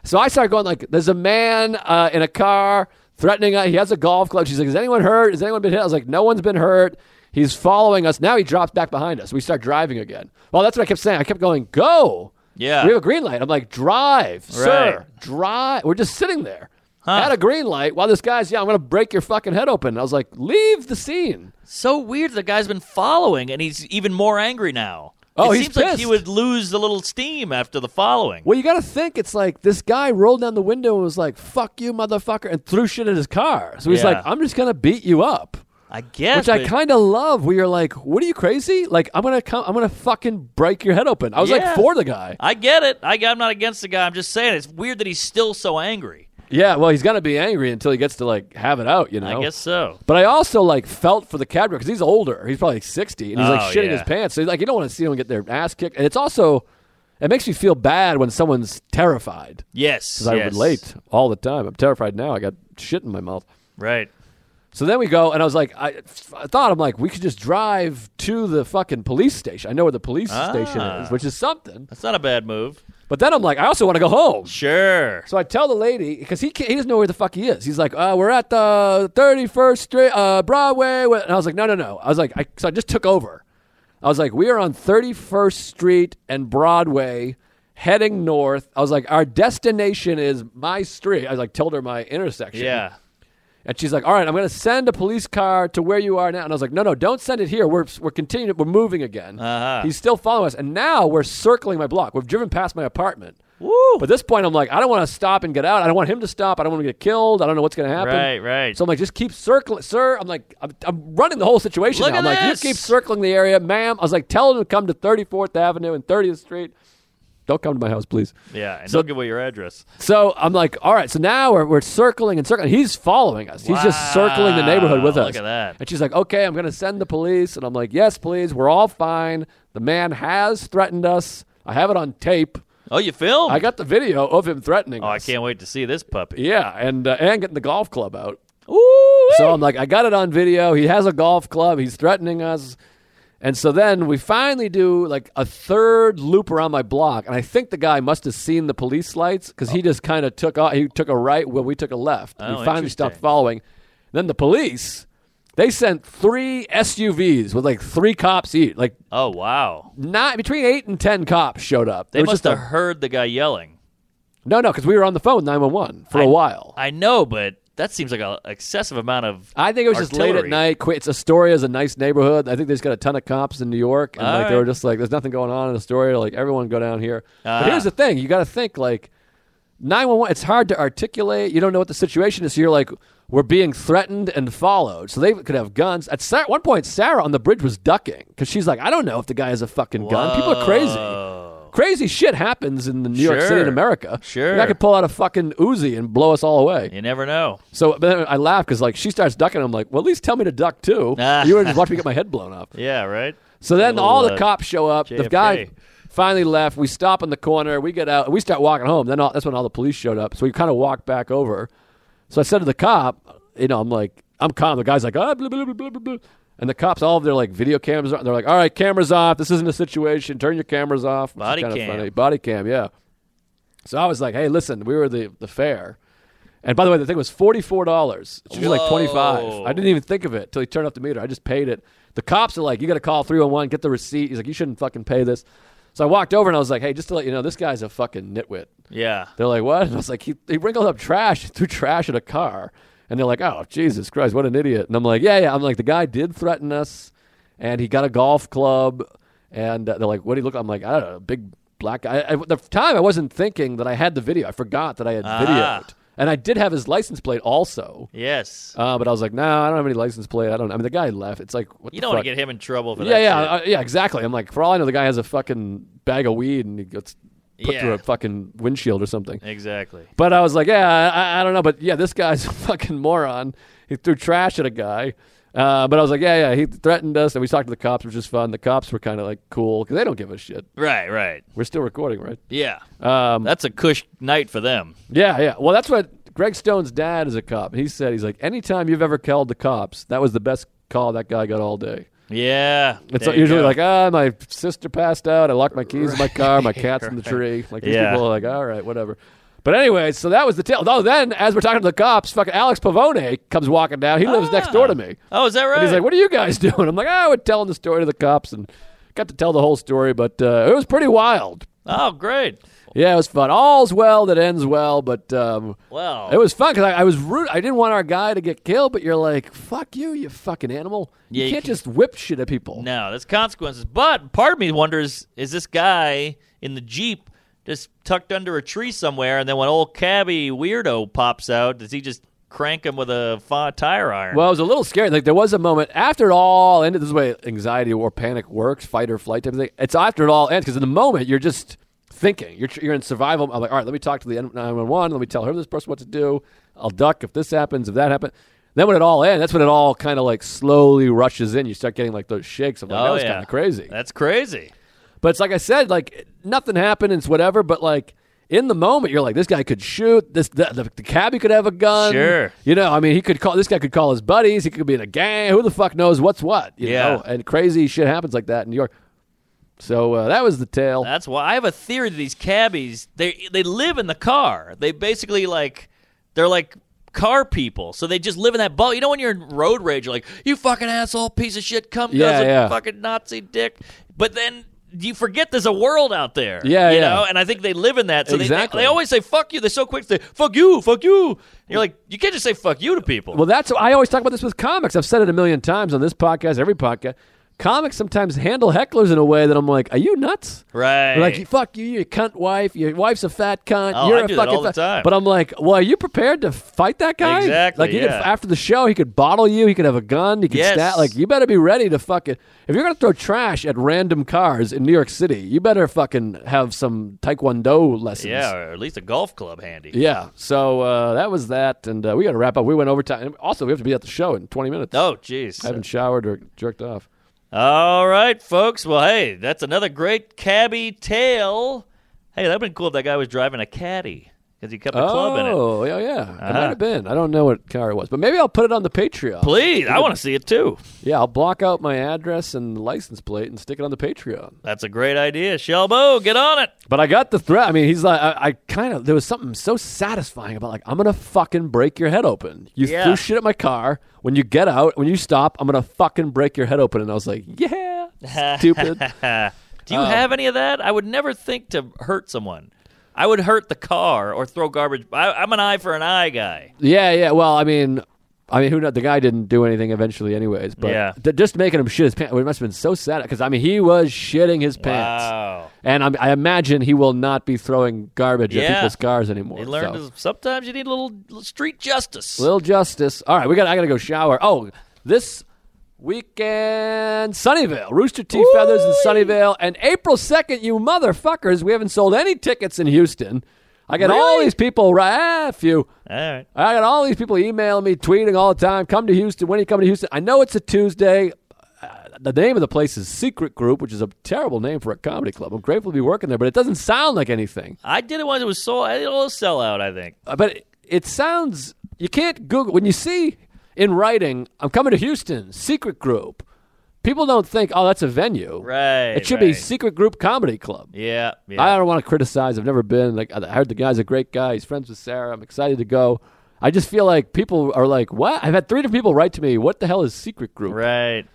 [SPEAKER 1] So I start going like, "There's a man uh, in a car threatening. Uh, he has a golf club." She's like, "Is anyone hurt? Has anyone been hit?" I was like, "No one's been hurt." He's following us. Now he drops back behind us. We start driving again. Well, that's what I kept saying. I kept going, "Go."
[SPEAKER 4] Yeah.
[SPEAKER 1] We have a green light. I'm like, "Drive, sir.
[SPEAKER 4] Right.
[SPEAKER 1] Drive." We're just sitting there at a green light while this guy's, yeah, I'm going to break your fucking head open. I was like, leave the scene.
[SPEAKER 4] so weird. The guy's been following, and he's even more angry now.
[SPEAKER 1] Oh,
[SPEAKER 4] it
[SPEAKER 1] he's
[SPEAKER 4] seems like he
[SPEAKER 1] pissed.
[SPEAKER 4] would lose a little steam after the following.
[SPEAKER 1] Well, you got to think it's like this guy rolled down the window and was like, fuck you, motherfucker, and threw shit at his car. So he's
[SPEAKER 4] Yeah.
[SPEAKER 1] like, I'm just going to beat you up.
[SPEAKER 4] I guess.
[SPEAKER 1] Which I
[SPEAKER 4] but-
[SPEAKER 1] kind of love. Where you're like, "What are you crazy? Like, I'm gonna come. I'm gonna fucking break your head open." I was
[SPEAKER 4] Yeah.
[SPEAKER 1] like, for the guy.
[SPEAKER 4] I get it. I, I'm not against the guy. I'm just saying it's weird that he's still so angry.
[SPEAKER 1] Yeah, well, he's gonna be angry until he gets to like have it out, you know.
[SPEAKER 4] I guess so.
[SPEAKER 1] But I also like felt for the cab driver because he's older. He's probably like sixty, and he's
[SPEAKER 4] Oh,
[SPEAKER 1] like shitting his
[SPEAKER 4] yeah.
[SPEAKER 1] pants. So he's like, you don't want to see him get their ass kicked. And it's also, it makes me feel bad when someone's terrified
[SPEAKER 4] Yes.
[SPEAKER 1] because
[SPEAKER 4] yes.
[SPEAKER 1] I relate all the time. I'm terrified now. I got shit in my mouth.
[SPEAKER 4] Right.
[SPEAKER 1] So then we go, and I was like, I, I thought I'm like, we could just drive to the fucking police station. I know where the police station
[SPEAKER 4] Ah.
[SPEAKER 1] is, which is something.
[SPEAKER 4] That's not a bad move.
[SPEAKER 1] But then I'm like, I also want to go home.
[SPEAKER 4] Sure.
[SPEAKER 1] So I tell the lady because he can't, he doesn't know where the fuck he is. He's like, uh, we're at the thirty first Street, uh, Broadway, and I was like, no, no, no. I was like, I, so I just took over. I was like, we are on thirty first Street and Broadway, heading north. I was like, our destination is my street. I was like, told her my intersection.
[SPEAKER 4] Yeah.
[SPEAKER 1] And she's like, all right, I'm going to send a police car to where you are now. And I was like, no, no, don't send it here. We're, we're continuing. We're moving again.
[SPEAKER 4] Uh-huh.
[SPEAKER 1] He's still following us. And now we're circling my block. We've driven past my apartment.
[SPEAKER 4] Woo.
[SPEAKER 1] But at this point, I'm like, I don't want to stop and get out. I don't want him to stop. I don't want to get killed. I don't know what's going to happen.
[SPEAKER 4] Right, right.
[SPEAKER 1] So I'm like, just keep circling, sir. I'm like, I'm, I'm running the whole situation.
[SPEAKER 4] Look
[SPEAKER 1] now. I'm
[SPEAKER 4] at
[SPEAKER 1] like,
[SPEAKER 4] this.
[SPEAKER 1] you keep circling the area, ma'am. I was like, tell him to come to 34th Avenue and 30th Street. Don't come to my house, please.
[SPEAKER 4] yeah. And
[SPEAKER 1] So-
[SPEAKER 4] don't give away your address.
[SPEAKER 1] So I'm like, all right. So now we're, we're circling and circling. He's following us. He's just circling the neighborhood with
[SPEAKER 4] Wow,
[SPEAKER 1] us.
[SPEAKER 4] look at that.
[SPEAKER 1] And she's like, okay, I'm going to send the police. And I'm like, yes, please. We're all fine. The man has threatened us. I have it on tape.
[SPEAKER 4] Oh, you filmed?
[SPEAKER 1] I got the video of him threatening
[SPEAKER 4] oh, I
[SPEAKER 1] us.
[SPEAKER 4] can't wait to see this puppy.
[SPEAKER 1] Yeah, and uh, and getting the golf club out.
[SPEAKER 4] Ooh.
[SPEAKER 1] So I'm like, I got it on video. He has a golf club. He's threatening us. And so then we finally do like a third loop around my block, and I think the guy must have seen the police lights because he just kind of took off. He took a right where we took a left.
[SPEAKER 4] Oh,
[SPEAKER 1] we finally stopped
[SPEAKER 4] interesting.
[SPEAKER 1] following. Then the police, they sent three SUVs with like three cops each. Like
[SPEAKER 4] Oh, wow.
[SPEAKER 1] not between eight and ten cops showed up.
[SPEAKER 4] They
[SPEAKER 1] There was
[SPEAKER 4] must
[SPEAKER 1] just
[SPEAKER 4] have
[SPEAKER 1] a-
[SPEAKER 4] heard the guy yelling.
[SPEAKER 1] no, no, because we were on the phone nine one one for a
[SPEAKER 4] I-
[SPEAKER 1] while.
[SPEAKER 4] I know, but that seems like an excessive amount of.
[SPEAKER 1] I think it was just late at
[SPEAKER 4] Artillery.
[SPEAKER 1] night. Qu- It's Astoria is a nice neighborhood. I think they just got a ton of cops in New York, and
[SPEAKER 4] All
[SPEAKER 1] like they were
[SPEAKER 4] right.
[SPEAKER 1] just like, "There's nothing going on in Astoria. Like everyone go down here."
[SPEAKER 4] Ah.
[SPEAKER 1] But here's the thing: you got to think like nine one one. It's hard to articulate. You don't know what the situation is. So you're like, "We're being threatened and followed." So they could have guns. At Sa- one point, Sarah on the bridge was ducking because she's like, "I don't know if the guy has a fucking gun. People are crazy."
[SPEAKER 4] Whoa.
[SPEAKER 1] Crazy shit happens in the New York City in
[SPEAKER 4] Sure.
[SPEAKER 1] America.
[SPEAKER 4] Sure.
[SPEAKER 1] I could pull out a fucking Uzi and blow us all away.
[SPEAKER 4] You never know.
[SPEAKER 1] So but then I laugh because like she starts ducking. I'm like, well, at least tell me to duck too.
[SPEAKER 4] Ah.
[SPEAKER 1] you were just watching me get my head blown off.
[SPEAKER 4] Yeah, right?
[SPEAKER 1] So then
[SPEAKER 4] Little,
[SPEAKER 1] all the
[SPEAKER 4] uh,
[SPEAKER 1] cops show up. The guy
[SPEAKER 4] JFK.
[SPEAKER 1] finally left. We stop in the corner. We get out. We start walking home. Then all, that's when all the police showed up. So we kind of walked back over. So I said to the cop, you know, I'm like, I'm calm. The guy's like, ah, blah, blah, blah, blah, blah, blah. And the cops, all of their like video cameras, are- they're like, all right, cameras off. This isn't a situation. Turn your cameras off. which is
[SPEAKER 4] Body
[SPEAKER 1] kinda
[SPEAKER 4] cam.
[SPEAKER 1] funny. Body cam, yeah. So I was like, hey, listen, we were the, the fair. And by the way, the thing was forty-four dollars. It's usually like twenty-five.
[SPEAKER 4] Whoa.
[SPEAKER 1] I didn't even think of it till he turned up the meter. I just paid it. The cops are like, "You got to call three one one, get the receipt." He's like, "You shouldn't fucking pay this." So I walked over and I was like, "Hey, just to let you know, this guy's a fucking nitwit."
[SPEAKER 4] Yeah.
[SPEAKER 1] They're like, "What?" And I was like, "He, he wrinkled up trash, threw trash at a car," and they're like, "Oh, Jesus Christ, what an idiot!" And I'm like, "Yeah, yeah." I'm like, "The guy did threaten us, and he got a golf club." And uh, they're like, "What do you look?" I'm like, "I don't know, big black guy." I, I- at the time, I wasn't thinking that I had the video. I forgot that I had
[SPEAKER 4] Ah.
[SPEAKER 1] videoed, and I did have his license plate also.
[SPEAKER 4] Yes.
[SPEAKER 1] Uh, but I was like, "No, I don't have any license plate. I don't." I mean, the guy left. It's like, what
[SPEAKER 4] you
[SPEAKER 1] the
[SPEAKER 4] don't want
[SPEAKER 1] fuck?
[SPEAKER 4] to get him in trouble for
[SPEAKER 1] yeah,
[SPEAKER 4] that.
[SPEAKER 1] yeah,
[SPEAKER 4] shit.
[SPEAKER 1] uh, yeah, exactly. I'm like, for all I know, the guy has a fucking bag of weed and he gets put
[SPEAKER 4] Yeah.
[SPEAKER 1] through a fucking windshield or something.
[SPEAKER 4] exactly.
[SPEAKER 1] But I was like, yeah, I, I don't know, but yeah, this guy's a fucking moron. He threw trash at a guy. Uh, but I was like, yeah, yeah, he threatened us, and we talked to the cops, which is fun. The cops were kind of like cool because they don't give a shit.
[SPEAKER 4] Right, right.
[SPEAKER 1] We're still recording, right?
[SPEAKER 4] Yeah.
[SPEAKER 1] Um,
[SPEAKER 4] That's a cush night for them.
[SPEAKER 1] yeah, yeah. Well, that's what Greg Stone's dad is a cop. He said he's like, anytime you've ever called the cops, that was the best call that guy got all day.
[SPEAKER 4] Yeah.
[SPEAKER 1] It's
[SPEAKER 4] there you
[SPEAKER 1] usually
[SPEAKER 4] go.
[SPEAKER 1] like, ah, my sister passed out. I locked my keys in my car. My cat's in the tree. Like these
[SPEAKER 4] Yeah.
[SPEAKER 1] people are like, all right, whatever. But anyway, so that was the tale. Oh, then as we're talking to the cops, fucking Alex Pavone comes walking down. He lives next door to me.
[SPEAKER 4] Oh, is that right?
[SPEAKER 1] And he's like, what are you guys doing? I'm like, ah, we're telling the story to the cops and got to tell the whole story, but uh, it was pretty wild.
[SPEAKER 4] oh, great.
[SPEAKER 1] Yeah, it was fun. All's well that ends well, but um,
[SPEAKER 4] Wow.
[SPEAKER 1] it was fun because I, I was rude. I didn't want our guy to get killed, but you're like, fuck you, you fucking animal.
[SPEAKER 4] Yeah,
[SPEAKER 1] you
[SPEAKER 4] you
[SPEAKER 1] can't
[SPEAKER 4] can't-
[SPEAKER 1] just whip shit at people.
[SPEAKER 4] No, there's consequences. But part of me wonders is this guy in the Jeep just tucked under a tree somewhere, and then when old cabby weirdo pops out, does he just crank him with a fa- tire iron?
[SPEAKER 1] Well, it was a little scary. Like there was a moment after it all ended. This is the way anxiety or panic works, fight or flight type of thing. It's after it all ends because in the moment you're just thinking. You're you're in survival. I'm like, all right, let me talk to the nine one one. Let me tell her this person what to do. I'll duck if this happens, if that happens. Then when it all ends, that's when it all kind of like slowly rushes in. You start getting like those shakes. I'm
[SPEAKER 4] Oh,
[SPEAKER 1] like, that was kind of crazy.
[SPEAKER 4] That's crazy.
[SPEAKER 1] But it's like I said, like nothing happened. It's whatever. But like in the moment, you're like, this guy could shoot. This the, the, the cabbie could have a gun.
[SPEAKER 4] Sure.
[SPEAKER 1] You know, I mean, he could call. This guy could call his buddies. He could be in a gang. Who the fuck knows what's what? You
[SPEAKER 4] Yeah.
[SPEAKER 1] Know? And crazy shit happens like that in New York. So uh, that was the tale.
[SPEAKER 4] That's why I have a theory that these cabbies they they live in the car. They basically like they're like car people. So they just live in that bubble. You know when you're in road rage, you're like, you fucking asshole, piece of shit, cum
[SPEAKER 1] Yeah,
[SPEAKER 4] guzzling
[SPEAKER 1] yeah.
[SPEAKER 4] fucking Nazi dick. But then you forget there's a world out there.
[SPEAKER 1] Yeah,
[SPEAKER 4] You
[SPEAKER 1] yeah.
[SPEAKER 4] know, and I think they live in that. So they-
[SPEAKER 1] Exactly.
[SPEAKER 4] they, they always say fuck you. They're so quick to say, fuck you, fuck you. And you're like, you can't just say fuck you to people.
[SPEAKER 1] Well, that's I always talk about this with comics. I've said it a million times on this podcast, every podcast. Comics sometimes handle hecklers in a way that I'm like, are you nuts?
[SPEAKER 4] right.
[SPEAKER 1] They're Like fuck you, you cunt wife. Your wife's a fat cunt.
[SPEAKER 4] Oh,
[SPEAKER 1] You're
[SPEAKER 4] I
[SPEAKER 1] a
[SPEAKER 4] do that
[SPEAKER 1] fucking
[SPEAKER 4] all the
[SPEAKER 1] fat-"
[SPEAKER 4] time.
[SPEAKER 1] But I'm like, well, are you prepared to fight that guy?
[SPEAKER 4] Exactly,
[SPEAKER 1] Like, he could,
[SPEAKER 4] yeah.
[SPEAKER 1] after the show, he could bottle you. He could have a gun. He could
[SPEAKER 4] Yes.
[SPEAKER 1] stab. Like, you better be ready to fucking. If you're gonna throw trash at random cars in New York City, you better fucking have some taekwondo lessons.
[SPEAKER 4] yeah, or at least a golf club handy.
[SPEAKER 1] Yeah. So uh, that was that, and uh, we got to wrap up. We went overtime. And Also, we have to be at the show in 20 minutes.
[SPEAKER 4] Oh, jeez.
[SPEAKER 1] I haven't showered or jerked off.
[SPEAKER 4] All right, folks. Well, hey, that's another great cabbie tale. Hey, that'd been cool if that guy was driving a caddy because he kept a club in it. Ah.
[SPEAKER 1] Oh, yeah, yeah. It might have been. I don't know what car it was, but maybe I'll put it on the Patreon.
[SPEAKER 4] Please, I want to see it too.
[SPEAKER 1] Yeah, I'll block out my address and license plate and stick it on the Patreon.
[SPEAKER 4] That's a great idea, Shelbo. Get on it.
[SPEAKER 1] But I got the threat. I mean, he's like, I, I kind of, there was something so satisfying about like, I'm going to fucking break your head open. You
[SPEAKER 4] Yeah.
[SPEAKER 1] threw shit at my car. When you get out, when you stop, I'm going to fucking break your head open. And I was like, yeah, stupid.
[SPEAKER 4] Do
[SPEAKER 1] Oh.
[SPEAKER 4] you have any of that? I would never think to hurt someone. I would hurt the car or throw garbage. I, I'm an eye for an eye guy.
[SPEAKER 1] Yeah, yeah. Well, I mean, I mean, who knows? The guy didn't do anything eventually, anyways. But
[SPEAKER 4] Yeah.
[SPEAKER 1] th- just making him shit his pants. It must have been so sad because I mean, he was shitting his pants,
[SPEAKER 4] Wow.
[SPEAKER 1] and I'm, I imagine he will not be throwing garbage at
[SPEAKER 4] Yeah.
[SPEAKER 1] people's cars anymore.
[SPEAKER 4] He learned
[SPEAKER 1] so.
[SPEAKER 4] to- sometimes you need a little, little street justice.
[SPEAKER 1] little justice. All right, we got. I gotta go shower. Oh, this. Weekend Sunnyvale, Rooster Teeth Feathers in Sunnyvale, and April 2nd, you motherfuckers. We haven't sold any tickets in Houston. I got all
[SPEAKER 4] Really?
[SPEAKER 1] these people, right? A few.
[SPEAKER 4] All right.
[SPEAKER 1] I got all these people emailing me, tweeting all the time. Come to Houston. When are you coming to Houston? I know it's a Tuesday. Uh, The name of the place is Secret Group, which is a terrible name for a comedy club. I'm grateful to be working there, but it doesn't sound like anything.
[SPEAKER 4] I did it once. It was sold. I did a little sellout, I think.
[SPEAKER 1] Uh, But it, it sounds, you can't Google. When you see in writing, I'm coming to Houston, Secret Group, people don't think, oh, that's a venue.
[SPEAKER 4] Right.
[SPEAKER 1] It should be
[SPEAKER 4] right.
[SPEAKER 1] Secret Group Comedy Club.
[SPEAKER 4] Yeah. yeah.
[SPEAKER 1] I don't want to criticize. I've never been. Like I heard the guy's a great guy. He's friends with Sarah. I'm excited to go. I just feel like people are like, what? I've had three different people write to me. What the hell is secret group?
[SPEAKER 4] Right.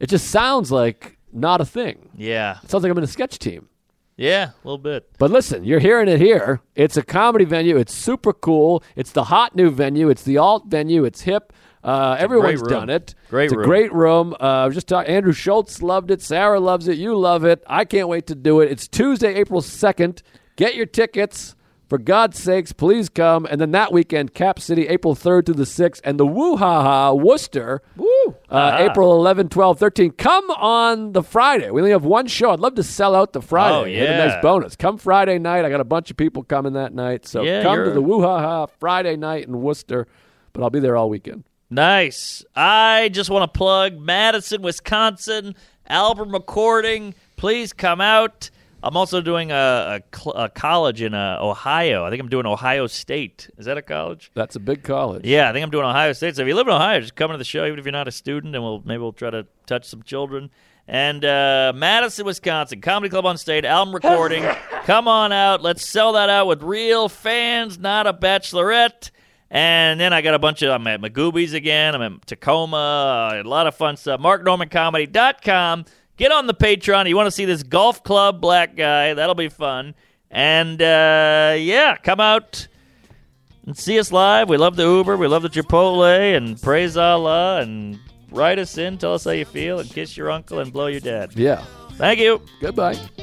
[SPEAKER 1] It just sounds like not a thing.
[SPEAKER 4] Yeah.
[SPEAKER 1] It sounds like I'm in a sketch team.
[SPEAKER 4] Yeah. A little bit.
[SPEAKER 1] But listen, you're hearing it here. It's a comedy venue. It's super cool. It's the hot new venue. It's the alt venue. It's hip. Uh, everyone's
[SPEAKER 4] room.
[SPEAKER 1] done it.
[SPEAKER 4] Great
[SPEAKER 1] it's a
[SPEAKER 4] room.
[SPEAKER 1] great room. Uh, I was just talking. Andrew Schultz loved it. Sarah loves it. You love it. I can't wait to do it. It's Tuesday, April second. Get your tickets. For God's sakes, please come. And then that weekend, Cap City, April 3rd through the 6th, and the Woo Ha Ha Worcester, Woo. Uh,
[SPEAKER 4] Ah.
[SPEAKER 1] April 11, 12, 13. Come on the Friday. We only have one show. I'd love to sell out the Friday.
[SPEAKER 4] Oh,
[SPEAKER 1] Hit a nice
[SPEAKER 4] yeah.
[SPEAKER 1] bonus. Come Friday night. I got a bunch of people coming that night. So
[SPEAKER 4] Yeah,
[SPEAKER 1] come to
[SPEAKER 4] you're-
[SPEAKER 1] the Woo Ha Ha Friday night in Worcester. But I'll be there all weekend.
[SPEAKER 4] Nice. I just want to plug Madison, Wisconsin, album recording. Please come out. I'm also doing a, a, cl- a college in uh, Ohio. I think I'm doing Ohio State. Is that a college?
[SPEAKER 1] That's a big college.
[SPEAKER 4] Yeah, I think I'm doing Ohio State. So if you live in Ohio, just come to the show, even if you're not a student, and we'll maybe we'll try to touch some children. And uh, Madison, Wisconsin, Comedy Club on State, album recording. come on out. Let's sell that out with real fans, not a bachelorette. And then I got a bunch of, I'm at Magoobies again. I'm at Tacoma. A lot of fun stuff. MarkNormanComedy.com. Get on the Patreon. You want to see this golf club black guy. That'll be fun. And uh, yeah, come out and see us live. We love the Uber, we love the Chipotle, and praise Allah, and write us in, tell us how you feel, and kiss your uncle and blow your dad.
[SPEAKER 1] Yeah.
[SPEAKER 4] Thank you.
[SPEAKER 1] Goodbye.